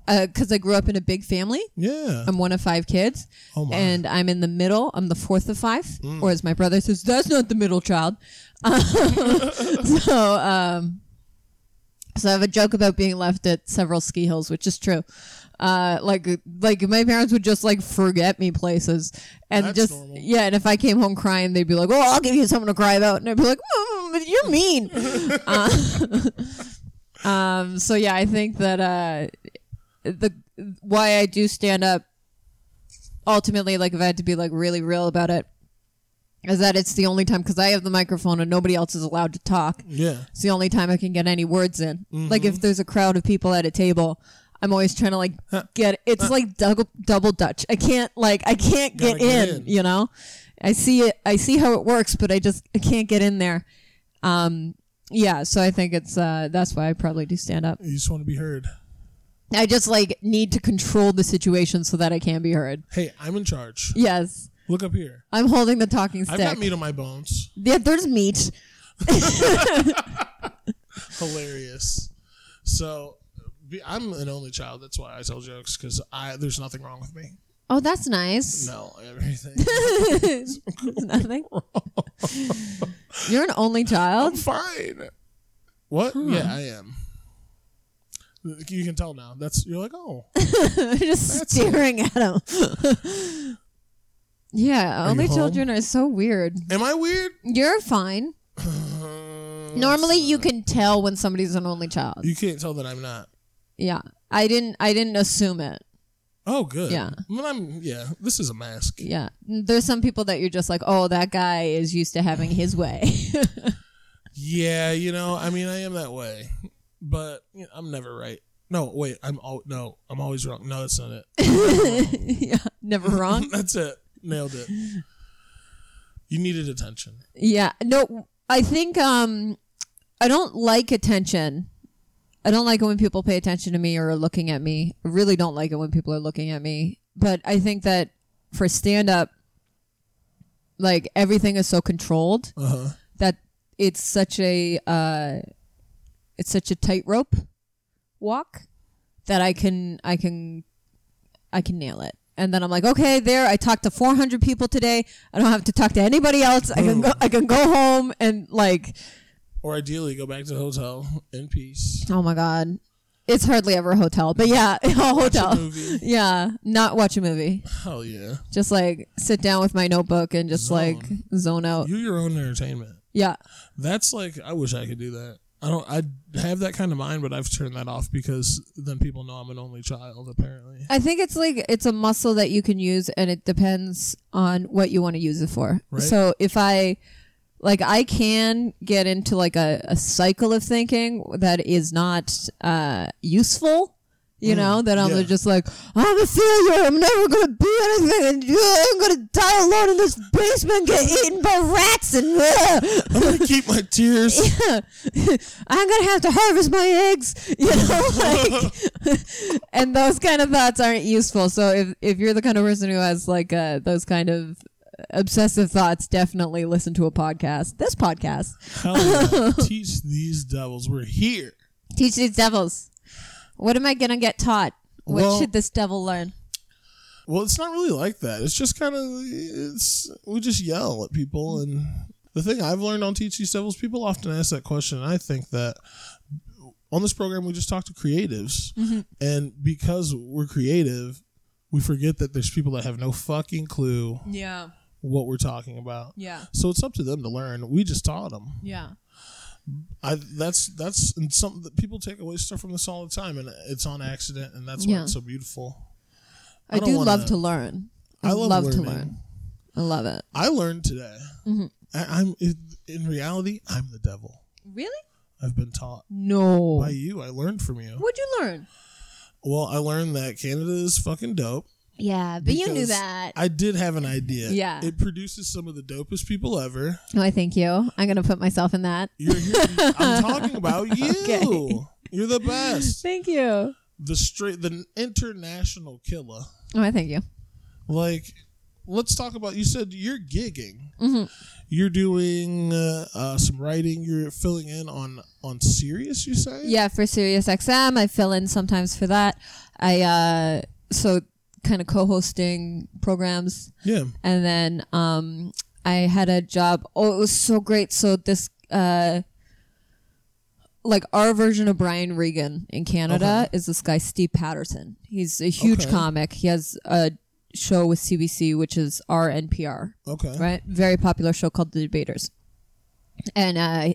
Speaker 2: because I grew up in a big family,
Speaker 1: Yeah.
Speaker 2: I'm one of five kids,
Speaker 1: Oh my. Mm.
Speaker 2: and I'm in the middle. I'm the fourth of five, or as my brother says, that's not the middle child. so, um, so I have a joke about being left at several ski hills, which is true. Uh, like, like my parents would just like forget me places, and
Speaker 1: That's
Speaker 2: just
Speaker 1: normal.
Speaker 2: yeah. And if I came home crying, they'd be like, "Oh, I'll give you something to cry about," and I'd be like, "Mm, but "You're mean." uh, um. So yeah, I think that uh, the why I do stand up ultimately like if I had to be like really real about it is that it's the only time because I have the microphone and nobody else is allowed to talk.
Speaker 1: yeah.
Speaker 2: It's the only time I can get any words in. Like
Speaker 1: Mm-hmm.
Speaker 2: if there's a crowd of people at a table, I'm always trying to like get it's like double double dutch. I can't like I can't
Speaker 1: Gotta
Speaker 2: get,
Speaker 1: get
Speaker 2: in,
Speaker 1: in.
Speaker 2: you know? I see it I see how it works, but I just I can't get in there. Um yeah, so I think it's uh that's why I probably do stand up.
Speaker 1: You just want to be heard.
Speaker 2: I just like need to control the situation so that I can be heard.
Speaker 1: Hey, I'm in charge.
Speaker 2: Yes.
Speaker 1: Look up here.
Speaker 2: I'm holding the talking
Speaker 1: I've
Speaker 2: stick.
Speaker 1: got meat on my bones.
Speaker 2: Yeah, there's meat.
Speaker 1: hilarious. So be- I'm an only child. That's why I tell jokes because I there's nothing wrong with me.
Speaker 2: Oh, that's nice.
Speaker 1: No, everything.
Speaker 2: Nothing. You're an only child.
Speaker 1: I'm fine. What? Yeah, I am. You can tell now. That's you're like, oh,
Speaker 2: Just staring at him. yeah,
Speaker 1: you
Speaker 2: only
Speaker 1: home?
Speaker 2: children are so weird.
Speaker 1: am I weird?
Speaker 2: You're fine. Normally, you can tell when somebody's an only child.
Speaker 1: You can't tell that I'm not.
Speaker 2: Yeah, I didn't. I didn't assume it.
Speaker 1: Oh, good.
Speaker 2: Yeah.
Speaker 1: Well, I'm. Yeah. This is a mask.
Speaker 2: Yeah, there's some people that you're just like, oh, that guy is used to having his way.
Speaker 1: Yeah. You know. I mean, I am that way, but you know, I'm never right. No, wait. I'm. Al- no, I'm always wrong. No, that's not it.
Speaker 2: yeah, never wrong.
Speaker 1: That's it. Nailed it. You needed attention.
Speaker 2: Yeah. No, I think um I don't like attention. I don't like it when people pay attention to me or are looking at me. I really don't like it when people are looking at me. But I think that for stand up like everything is so controlled
Speaker 1: Uh huh.
Speaker 2: that it's such a uh it's such a tightrope walk that I can I can I can nail it. And then I'm like, okay, there. I talked to 400 people today. I don't have to talk to anybody else. I can go. I can go home and like,
Speaker 1: Or ideally, go back to the hotel in peace.
Speaker 2: oh my god, it's hardly ever a hotel. But yeah, a hotel.
Speaker 1: movie.
Speaker 2: Yeah, not watch a movie.
Speaker 1: Hell yeah.
Speaker 2: Just like sit down with my notebook and just like zone out.
Speaker 1: You your own entertainment.
Speaker 2: yeah,
Speaker 1: That's like I wish I could do that. I don't. I have that kind of mind, but I've turned that off because then people know I'm an only child. Apparently,
Speaker 2: I think it's like it's a muscle that you can use, and it depends on what you want to use it for.
Speaker 1: Right.
Speaker 2: So if I like, I can get into like a, a cycle of thinking that is not uh, useful. You know that I'm
Speaker 1: Mm. yeah.
Speaker 2: just like I'm a failure. I'm never gonna be anything. And uh, I'm gonna die alone in this basement, get eaten by rats, and uh,
Speaker 1: I'm gonna keep my tears.
Speaker 2: I'm gonna have to harvest my eggs, you know, like, and those kind of thoughts aren't useful. So if if you're the kind of person who has like uh, those kind of obsessive thoughts, definitely listen to a podcast. This podcast,
Speaker 1: Hell yeah. Teach these devils. We're here.
Speaker 2: teach these devils. What am I gonna get taught? What
Speaker 1: Well-
Speaker 2: should this devil learn?
Speaker 1: Well, it's not really like that. It's just kind of it's we just yell at people and the thing I've learned on Teach These Devils, people often ask that question. And I think that on this program we just talk to creatives and because we're creative, we forget that there's people that have no fucking clue
Speaker 2: Yeah.
Speaker 1: what we're talking about.
Speaker 2: Yeah.
Speaker 1: So it's up to them to learn. We just taught them.
Speaker 2: Yeah.
Speaker 1: I that's that's and something that people take away stuff from this all the time, and it's on accident, and that's why
Speaker 2: Yeah.
Speaker 1: it's so beautiful.
Speaker 2: I,
Speaker 1: I don't
Speaker 2: do
Speaker 1: wanna-
Speaker 2: love to learn. I,
Speaker 1: I love
Speaker 2: love, to
Speaker 1: learning.
Speaker 2: learn. I love it.
Speaker 1: I learned today.
Speaker 2: Mm-hmm.
Speaker 1: I, I'm in, in reality, I'm the devil.
Speaker 2: Really?
Speaker 1: I've been taught
Speaker 2: No.
Speaker 1: by you. I learned from you.
Speaker 2: What'd you learn?
Speaker 1: Well, I learned that Canada is fucking dope.
Speaker 2: Yeah, but you knew
Speaker 1: because
Speaker 2: that.
Speaker 1: I did have an idea.
Speaker 2: Yeah.
Speaker 1: It produces some of the dopest people ever.
Speaker 2: No, Oh, I thank you. I'm gonna put myself in that.
Speaker 1: You're, you're, I'm talking about you.
Speaker 2: Okay.
Speaker 1: You're the best.
Speaker 2: Thank you. Oh,
Speaker 1: The straight, the international killer.
Speaker 2: Oh, I thank you.
Speaker 1: like let's talk about you said you're gigging
Speaker 2: Mm-hmm.
Speaker 1: you're doing uh, uh, some writing you're filling in on on serious you say
Speaker 2: Yeah, for Sirius XM, I fill in sometimes for that. I uh so kind of co-hosting programs
Speaker 1: yeah
Speaker 2: and then um I had a job. Oh, it was so great. So this uh like our version of Brian Regan in Canada is this guy Steve Patterson. He's a huge
Speaker 1: Okay.
Speaker 2: comic. He has a show with CBC which is our NPR.
Speaker 1: okay
Speaker 2: right? Very popular show called The Debaters. And uh,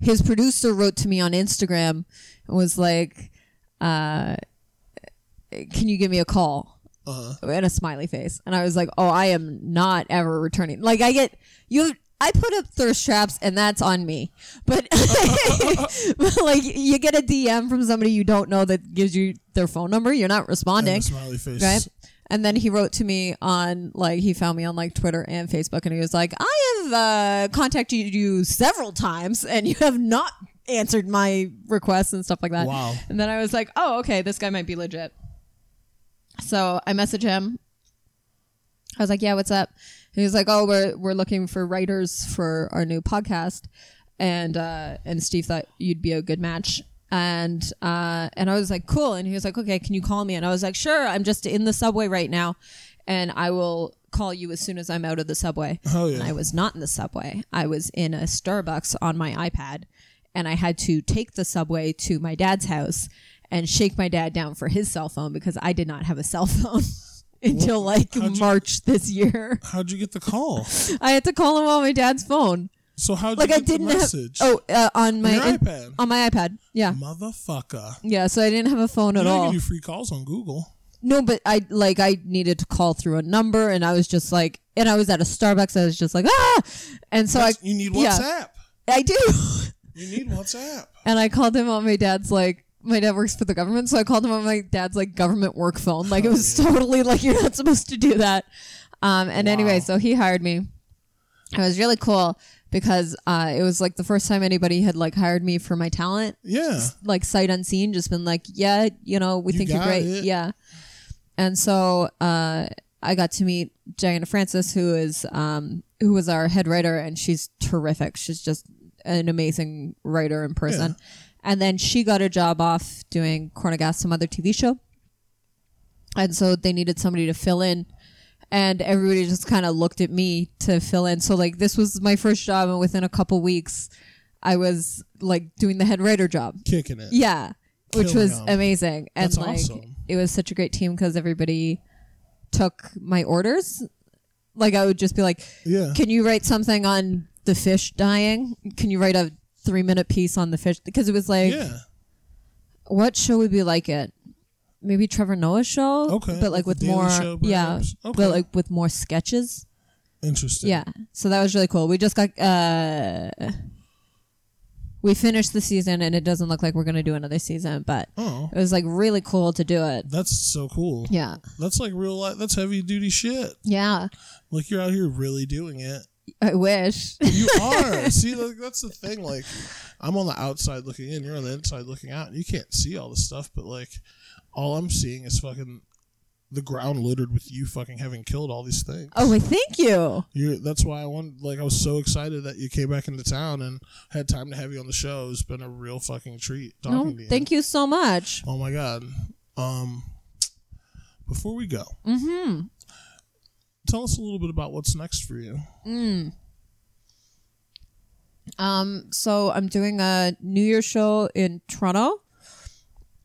Speaker 2: his producer wrote to me on Instagram and was like, uh, "Can you give me a call?"
Speaker 1: uh
Speaker 2: And a smiley face. And I was like, "Oh, I am not ever returning." Like I get you. I put up thirst traps, and that's on me. But, but, like, you get a DM from somebody you don't know that gives you their phone number. You're not
Speaker 1: and
Speaker 2: responding
Speaker 1: the smiley face
Speaker 2: right? And then he wrote to me on like he found me on like Twitter and Facebook, and he was like, "I have uh, contacted you several times, and you have not answered my requests and stuff like that."
Speaker 1: Wow.
Speaker 2: And then I was like, "Oh, okay, this guy might be legit." So I message him. I was like, "Yeah, what's up?" And he was like, "Oh, we're we're looking for writers for our new podcast," and uh, and Steve thought you'd be a good match, and uh, and I was like, "Cool," and he was like, "Okay, can you call me?" And I was like, "Sure, I'm just in the subway right now, and I will." call you as soon as I'm out of the subway.
Speaker 1: Oh, yeah.
Speaker 2: And I was not in the subway. I was in a Starbucks on my iPad and I had to take the subway to my dad's house and shake my dad down for his cell phone because I did not have a cell phone until like
Speaker 1: how'd you-
Speaker 2: March this year.
Speaker 1: how'd you get the call
Speaker 2: I had to call him on my dad's phone.
Speaker 1: so how'd
Speaker 2: Like
Speaker 1: you
Speaker 2: I
Speaker 1: get
Speaker 2: didn't
Speaker 1: the
Speaker 2: have
Speaker 1: message
Speaker 2: Oh, uh, on my
Speaker 1: your
Speaker 2: in-
Speaker 1: iPad.
Speaker 2: On my iPad. Yeah.
Speaker 1: motherfucker
Speaker 2: Yeah, so I didn't have a phone at
Speaker 1: you don't
Speaker 2: all.
Speaker 1: give you free calls on google
Speaker 2: No, but I like I needed to call through a number and I was just like and I was at a Starbucks I was just like ah and so I
Speaker 1: you need
Speaker 2: yeah.
Speaker 1: whatsapp
Speaker 2: I do
Speaker 1: you need whatsapp
Speaker 2: and I called him on my dad's like my dad works for the government, so I called him on my dad's like government work phone. Like it was totally like you're not supposed to do that. Um, and anyway, so he hired me. It was really cool because uh, it was like the first time anybody had like hired me for my talent,
Speaker 1: yeah
Speaker 2: like sight unseen, just been like, yeah, you know, we
Speaker 1: You
Speaker 2: think you're
Speaker 1: got
Speaker 2: great,
Speaker 1: it.
Speaker 2: yeah. And so uh, I got to meet Diana Francis, who is um, who was our head writer, and she's terrific. She's just an amazing writer in person. And then she got a job off doing Cornagas, some other TV show, and so they needed somebody to fill in. And everybody just kind of looked at me to fill in. So like this was my first job, and within a couple weeks, I was like doing the head writer job.
Speaker 1: kicking it
Speaker 2: Yeah, which
Speaker 1: Killing
Speaker 2: was
Speaker 1: them.
Speaker 2: amazing, and
Speaker 1: That's
Speaker 2: like
Speaker 1: awesome.
Speaker 2: it was such a great team because everybody took my orders. Like I would just be like,
Speaker 1: yeah
Speaker 2: "Can you write something on the fish dying? Can you write a three-minute piece on the fish?" Because it was like,
Speaker 1: yeah
Speaker 2: what show would be like it? Maybe Trevor Noah's show,
Speaker 1: Okay,
Speaker 2: but like
Speaker 1: like
Speaker 2: with
Speaker 1: The Daily
Speaker 2: more,
Speaker 1: Show,
Speaker 2: yeah,
Speaker 1: perhaps. Okay.
Speaker 2: but like with more sketches.
Speaker 1: interesting
Speaker 2: Yeah. So that was really cool. We just got uh we finished the season and it doesn't look like we're going to do another season, but
Speaker 1: oh
Speaker 2: it was like really cool to do it.
Speaker 1: that's so cool
Speaker 2: Yeah.
Speaker 1: that's like real life that's heavy duty shit
Speaker 2: Yeah.
Speaker 1: like you're out here really doing it
Speaker 2: I wish.
Speaker 1: You are. see, like, that's the thing. Like, I'm on the outside looking in. You're on the inside looking out. And you can't see all this stuff, but like, all I'm seeing is fucking the ground littered with you fucking having killed all these things.
Speaker 2: oh, well, thank you.
Speaker 1: You're, that's why I wanted. Like, I was so excited that you came back into town and had time to have you on the show. It's been a real fucking treat talking Oh
Speaker 2: No,
Speaker 1: to you.
Speaker 2: thank you so much.
Speaker 1: Oh my god. Um, Before we go, mm-hmm. tell us a little bit about what's next for you.
Speaker 2: Um, so I'm doing a New Year's show in Toronto,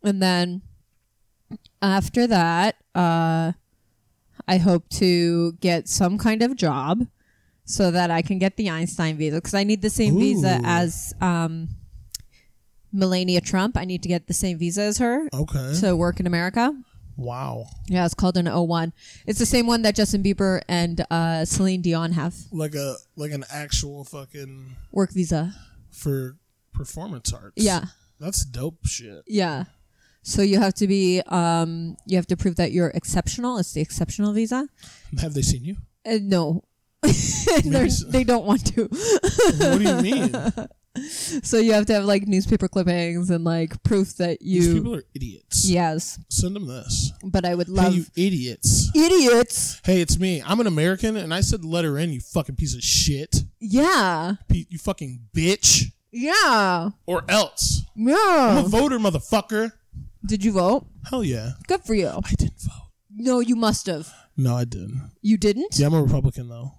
Speaker 2: and then after that, uh, I hope to get some kind of job so that I can get the Einstein visa because I need the same visa
Speaker 1: Ooh.
Speaker 2: as um, Melania Trump. I need to get the same visa as her
Speaker 1: Okay.
Speaker 2: to work in America.
Speaker 1: wow.
Speaker 2: Yeah, it's called an O1. It's the same one that Justin Bieber and uh, Celine Dion have
Speaker 1: Like a like an actual fucking
Speaker 2: work visa.
Speaker 1: for performance arts.
Speaker 2: Yeah.
Speaker 1: That's dope shit.
Speaker 2: Yeah. So you have to be, um, you have to prove that you're exceptional. It's the exceptional visa.
Speaker 1: Have they seen you?
Speaker 2: Uh, no, They're- they don't want to.
Speaker 1: what do you mean?
Speaker 2: So you have to have like newspaper clippings and like proof that
Speaker 1: These
Speaker 2: you.
Speaker 1: people are idiots.
Speaker 2: Yes,
Speaker 1: Send them this.
Speaker 2: but I would
Speaker 1: Hey,
Speaker 2: love
Speaker 1: you idiots.
Speaker 2: idiots.
Speaker 1: Hey, it's me. I'm an American, and I said let her in. You fucking piece of shit.
Speaker 2: Yeah,
Speaker 1: Pe- you fucking bitch.
Speaker 2: yeah,
Speaker 1: Or else. I'm a
Speaker 2: yeah.
Speaker 1: voter, motherfucker.
Speaker 2: Did you vote?
Speaker 1: Hell yeah.
Speaker 2: Good for you.
Speaker 1: I didn't vote.
Speaker 2: No, you must have.
Speaker 1: No, I didn't.
Speaker 2: You didn't.
Speaker 1: Yeah, I'm a Republican though.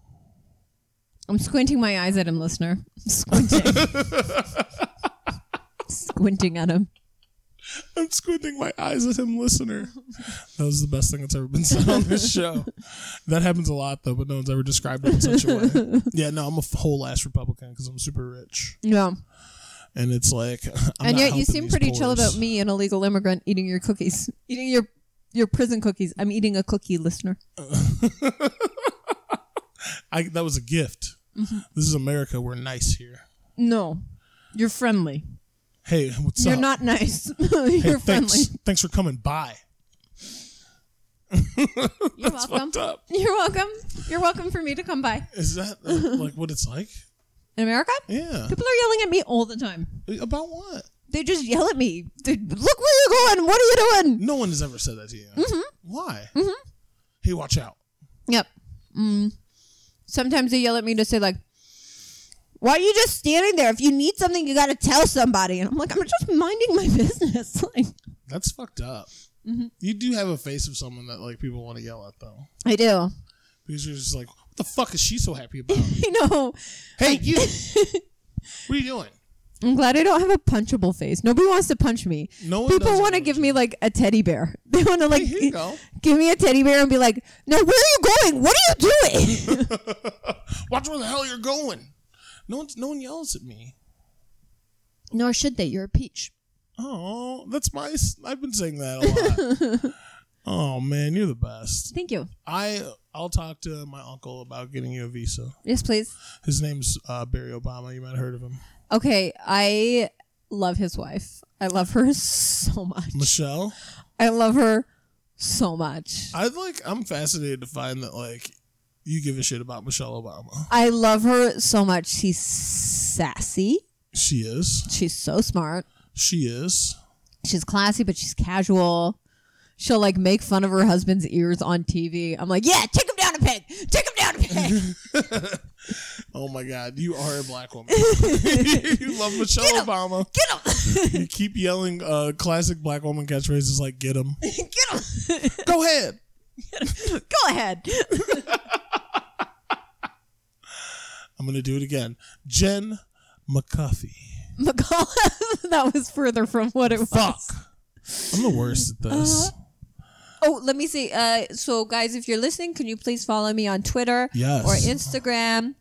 Speaker 2: I'm squinting my eyes at him, listener. Squinting. squinting at him.
Speaker 1: I'm squinting my eyes at him, listener. That was the best thing that's ever been said on this show. That happens a lot though, but no one's ever described it in such a way. Yeah, no, I'm a f- whole ass Republican because I'm super rich,
Speaker 2: Yeah.
Speaker 1: and it's like, I'm
Speaker 2: and
Speaker 1: not
Speaker 2: yet you
Speaker 1: helping
Speaker 2: seem
Speaker 1: these
Speaker 2: pretty chill
Speaker 1: poors.
Speaker 2: about me, an illegal immigrant, eating your cookies, eating your your prison cookies. I'm eating a cookie, listener.
Speaker 1: I, that was a gift.
Speaker 2: Mm-hmm.
Speaker 1: This is America. We're nice here.
Speaker 2: No, you're friendly.
Speaker 1: Hey, what's
Speaker 2: you're
Speaker 1: up?
Speaker 2: not nice.
Speaker 1: hey,
Speaker 2: you're
Speaker 1: thanks.
Speaker 2: friendly.
Speaker 1: Thanks for coming by.
Speaker 2: You're
Speaker 1: Fucked
Speaker 2: welcome.
Speaker 1: up.
Speaker 2: You're welcome. You're welcome for me to come by.
Speaker 1: Is that uh, like what it's like?
Speaker 2: In America,
Speaker 1: Yeah.
Speaker 2: people are yelling at me all the time.
Speaker 1: About what?
Speaker 2: They just yell at me. They, Look where you're going. What are you doing?
Speaker 1: No one has ever said that to you.
Speaker 2: Mm-hmm.
Speaker 1: Why? Hey, watch out.
Speaker 2: Yep. Mm. Sometimes they yell at me to say like, "Why are you just standing there? If you need something, you got to tell somebody." And I'm like, "I'm just minding my business." like,
Speaker 1: That's fucked up. You do have a face of someone that like people want to yell at though,
Speaker 2: I do.
Speaker 1: because you're just like, what the fuck is she so happy about?
Speaker 2: I know.
Speaker 1: hey, you. what are you doing?
Speaker 2: I'm glad I don't have a punchable face. Nobody wants to punch me.
Speaker 1: No one
Speaker 2: People
Speaker 1: does
Speaker 2: want to
Speaker 1: want
Speaker 2: give
Speaker 1: you.
Speaker 2: me like a teddy bear. They want to like
Speaker 1: here you go.
Speaker 2: give me a teddy bear and be like, "No, where are you going? What are you doing?"
Speaker 1: Watch where the hell you're going. No one, no one yells at me.
Speaker 2: Nor should they. You're a peach.
Speaker 1: Oh, that's my. s- I've been saying that a lot. oh man, you're the best.
Speaker 2: Thank you.
Speaker 1: I I'll talk to my uncle about getting you a visa.
Speaker 2: Yes, please.
Speaker 1: His name's uh, Barry Obama. You might have heard of him.
Speaker 2: Okay, I love his wife. I love her so much.
Speaker 1: Michelle.
Speaker 2: I love her so much.
Speaker 1: I like. I'm fascinated to find that like you give a shit about Michelle Obama.
Speaker 2: I love her so much. She's sassy.
Speaker 1: She is.
Speaker 2: She's so smart.
Speaker 1: She is.
Speaker 2: She's classy, but she's casual. She'll like make fun of her husband's ears on TV. I'm like, yeah, take him down a peg. Take him down a peg.
Speaker 1: Oh my God, you are a black woman. you love Michelle Obama.
Speaker 2: Get him.
Speaker 1: You keep yelling uh, classic black woman catchphrases like "Get him."
Speaker 2: Get him.
Speaker 1: Go ahead.
Speaker 2: Go ahead.
Speaker 1: I'm gonna do it again. Jen McCuffey.
Speaker 2: McCall. that was further from what it was.
Speaker 1: Fuck. Uh-huh. I'm the worst at this.
Speaker 2: Oh, let me see. Uh, so, guys, if you're listening, can you please follow me on Twitter
Speaker 1: Yes.
Speaker 2: or Instagram?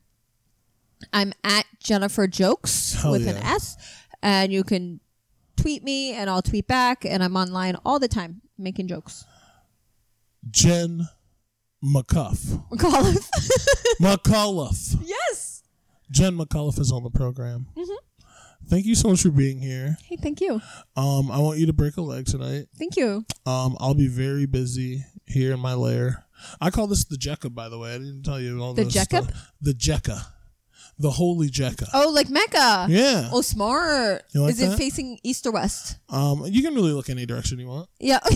Speaker 2: I'm at Jennifer Jokes
Speaker 1: Hell
Speaker 2: with an
Speaker 1: yeah.
Speaker 2: S, and you can tweet me, and I'll tweet back. And I'm online all the time making jokes.
Speaker 1: Jen McCuff.
Speaker 2: McAuliffe.
Speaker 1: McAuliffe.
Speaker 2: yes.
Speaker 1: Jen McAuliffe is on the program. Thank you so much for being here.
Speaker 2: Hey, thank you.
Speaker 1: Um, I want you to break a leg tonight.
Speaker 2: Thank you.
Speaker 1: Um, I'll be very busy here in my lair. I call this the Jekka, by the way. I didn't tell you all
Speaker 2: The
Speaker 1: this
Speaker 2: Jekka?
Speaker 1: stuff. The Jekka, the holy Jekka.
Speaker 2: Oh, like Mecca.
Speaker 1: Yeah.
Speaker 2: Oh, smart.
Speaker 1: You like
Speaker 2: Is it
Speaker 1: that?
Speaker 2: facing east or west?
Speaker 1: Um, you can really look any direction you want.
Speaker 2: Yeah.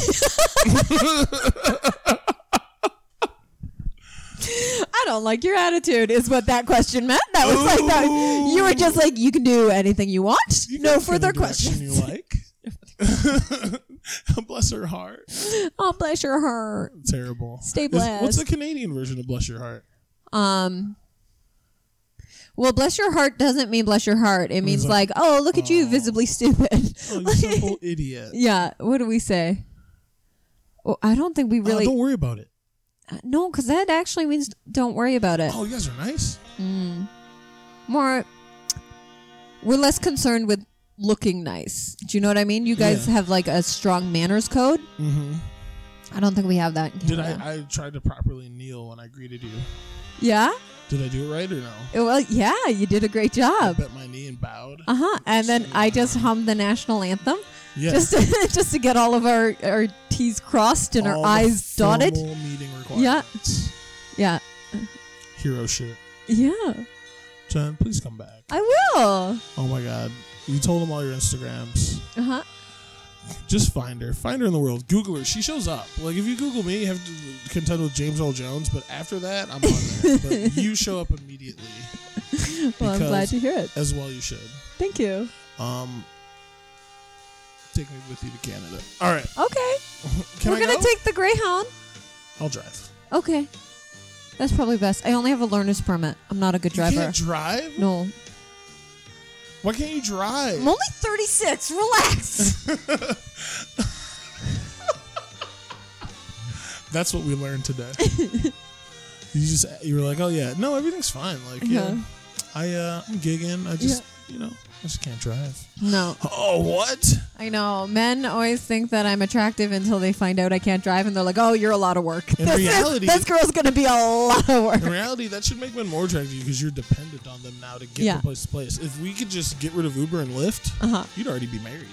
Speaker 2: I don't like your attitude, is what that question meant. That was like that. You were just like, you can do anything you want.
Speaker 1: You can
Speaker 2: no
Speaker 1: look any
Speaker 2: further
Speaker 1: direction
Speaker 2: questions.
Speaker 1: You like. Bless her heart.
Speaker 2: Oh, bless your heart.
Speaker 1: Terrible.
Speaker 2: Stay
Speaker 1: Is- what's
Speaker 2: blessed.
Speaker 1: the Canadian version of Bless Your Heart?
Speaker 2: Um. Well, bless your heart doesn't mean bless your heart. It means like, oh, look at you, visibly stupid.
Speaker 1: Oh, you simple idiot.
Speaker 2: yeah. What do we say? Well, I don't think we
Speaker 1: Uh,
Speaker 2: really.
Speaker 1: don't worry about it.
Speaker 2: no, because that actually means don't worry about it.
Speaker 1: Oh, you guys are nice.
Speaker 2: More. We're less concerned with looking nice. Do you know what I mean? You guys
Speaker 1: Yeah.
Speaker 2: have like a strong manners code.
Speaker 1: Mm-hmm.
Speaker 2: I don't think we have that. In
Speaker 1: Did
Speaker 2: Canada.
Speaker 1: I? I tried to properly kneel when I greeted you.
Speaker 2: Yeah.
Speaker 1: Did I do it right or no?
Speaker 2: It- Well, yeah, you did a great
Speaker 1: I
Speaker 2: job.
Speaker 1: bent my knee and bowed.
Speaker 2: Uh huh. And then I just hummed the national anthem
Speaker 1: Yes.
Speaker 2: just to, just to get all of our our T's crossed and
Speaker 1: All
Speaker 2: our
Speaker 1: the
Speaker 2: I's dotted.
Speaker 1: formal Meeting requirements.
Speaker 2: Yeah,
Speaker 1: Hero shit.
Speaker 2: yeah.
Speaker 1: Jen, please come back.
Speaker 2: I will.
Speaker 1: Oh my god. You told them all your Instagrams.
Speaker 2: Uh huh.
Speaker 1: Just find her. Find her in the world. Google her. She shows up. Like if you Google me, you have to contend with James Earl Jones. But after that, I'm on there. but you show up immediately,
Speaker 2: Well, I'm glad
Speaker 1: Because-
Speaker 2: to hear it.
Speaker 1: as well. You should.
Speaker 2: Thank you.
Speaker 1: Um, take me with you to Canada. All right.
Speaker 2: Okay,
Speaker 1: Can
Speaker 2: we're
Speaker 1: I
Speaker 2: gonna
Speaker 1: go?
Speaker 2: take the Greyhound.
Speaker 1: I'll drive.
Speaker 2: Okay, that's probably best. I only have a learner's permit. I'm not a good
Speaker 1: You
Speaker 2: driver.
Speaker 1: can't drive.
Speaker 2: no,
Speaker 1: Why can't you drive?
Speaker 2: I'm only 36. Relax.
Speaker 1: That's what we learned today. you just you were like, oh yeah, no, everything's fine. Like yeah,
Speaker 2: Yeah.
Speaker 1: I uh, I'm gigging. I just you know I just can't drive.
Speaker 2: no,
Speaker 1: Oh what?
Speaker 2: I know. Men always think that I'm attractive until they find out I can't drive, and they're like, "Oh, you're a lot of work."
Speaker 1: In
Speaker 2: this,
Speaker 1: reality-
Speaker 2: this girl's gonna be a lot of work.
Speaker 1: In reality, that should make men more attractive to you because you're dependent on them now to get
Speaker 2: Yeah.
Speaker 1: from place to place. If we could just get rid of Uber and Lyft,
Speaker 2: Uh-huh.
Speaker 1: you'd already be married.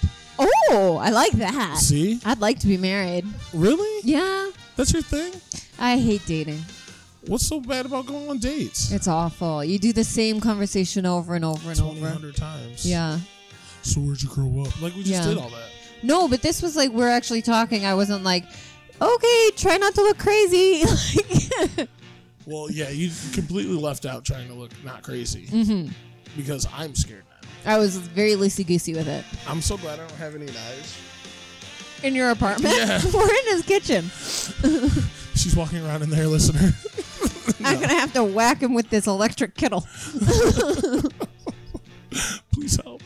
Speaker 2: Oh, I like that.
Speaker 1: See,
Speaker 2: I'd like to be married.
Speaker 1: really?
Speaker 2: Yeah,
Speaker 1: That's your thing.
Speaker 2: I hate dating.
Speaker 1: What's so bad about going on dates?
Speaker 2: It's awful. You do the same conversation over and over and
Speaker 1: Twenty
Speaker 2: over.
Speaker 1: hundred times.
Speaker 2: Yeah.
Speaker 1: So where'd you grow up? Like we just
Speaker 2: Yeah.
Speaker 1: did all that.
Speaker 2: No, but this was like we're actually talking. I wasn't like, okay, try not to look crazy. Like,
Speaker 1: Well, yeah, you completely left out trying to look not crazy
Speaker 2: Mm-hmm.
Speaker 1: because I'm scared now.
Speaker 2: I was very loosey goosey with it.
Speaker 1: I'm so glad I don't have any knives.
Speaker 2: In your apartment?
Speaker 1: Yeah.
Speaker 2: we're in his kitchen.
Speaker 1: She's walking around in there, listener.
Speaker 2: I'm gonna have to whack him with this electric kettle.
Speaker 1: Please help.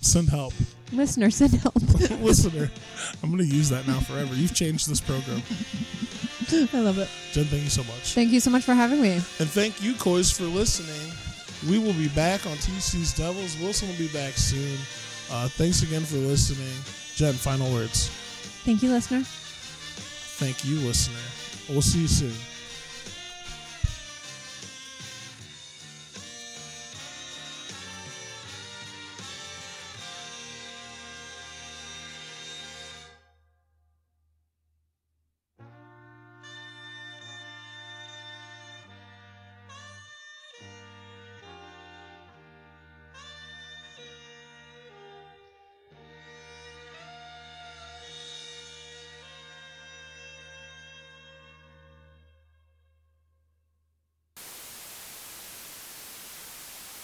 Speaker 1: Send help.
Speaker 2: Listener, send help.
Speaker 1: listener, I'm going to use that now forever. You've changed this program.
Speaker 2: I love it.
Speaker 1: Jen, thank you so much.
Speaker 2: Thank you so much for having me.
Speaker 1: And thank you, Coys, for listening. We will be back on TC's Devils. Wilson will be back soon. Uh, thanks again for listening. Jen, final words.
Speaker 2: Thank you, listener.
Speaker 1: Thank you, listener. We'll see you soon.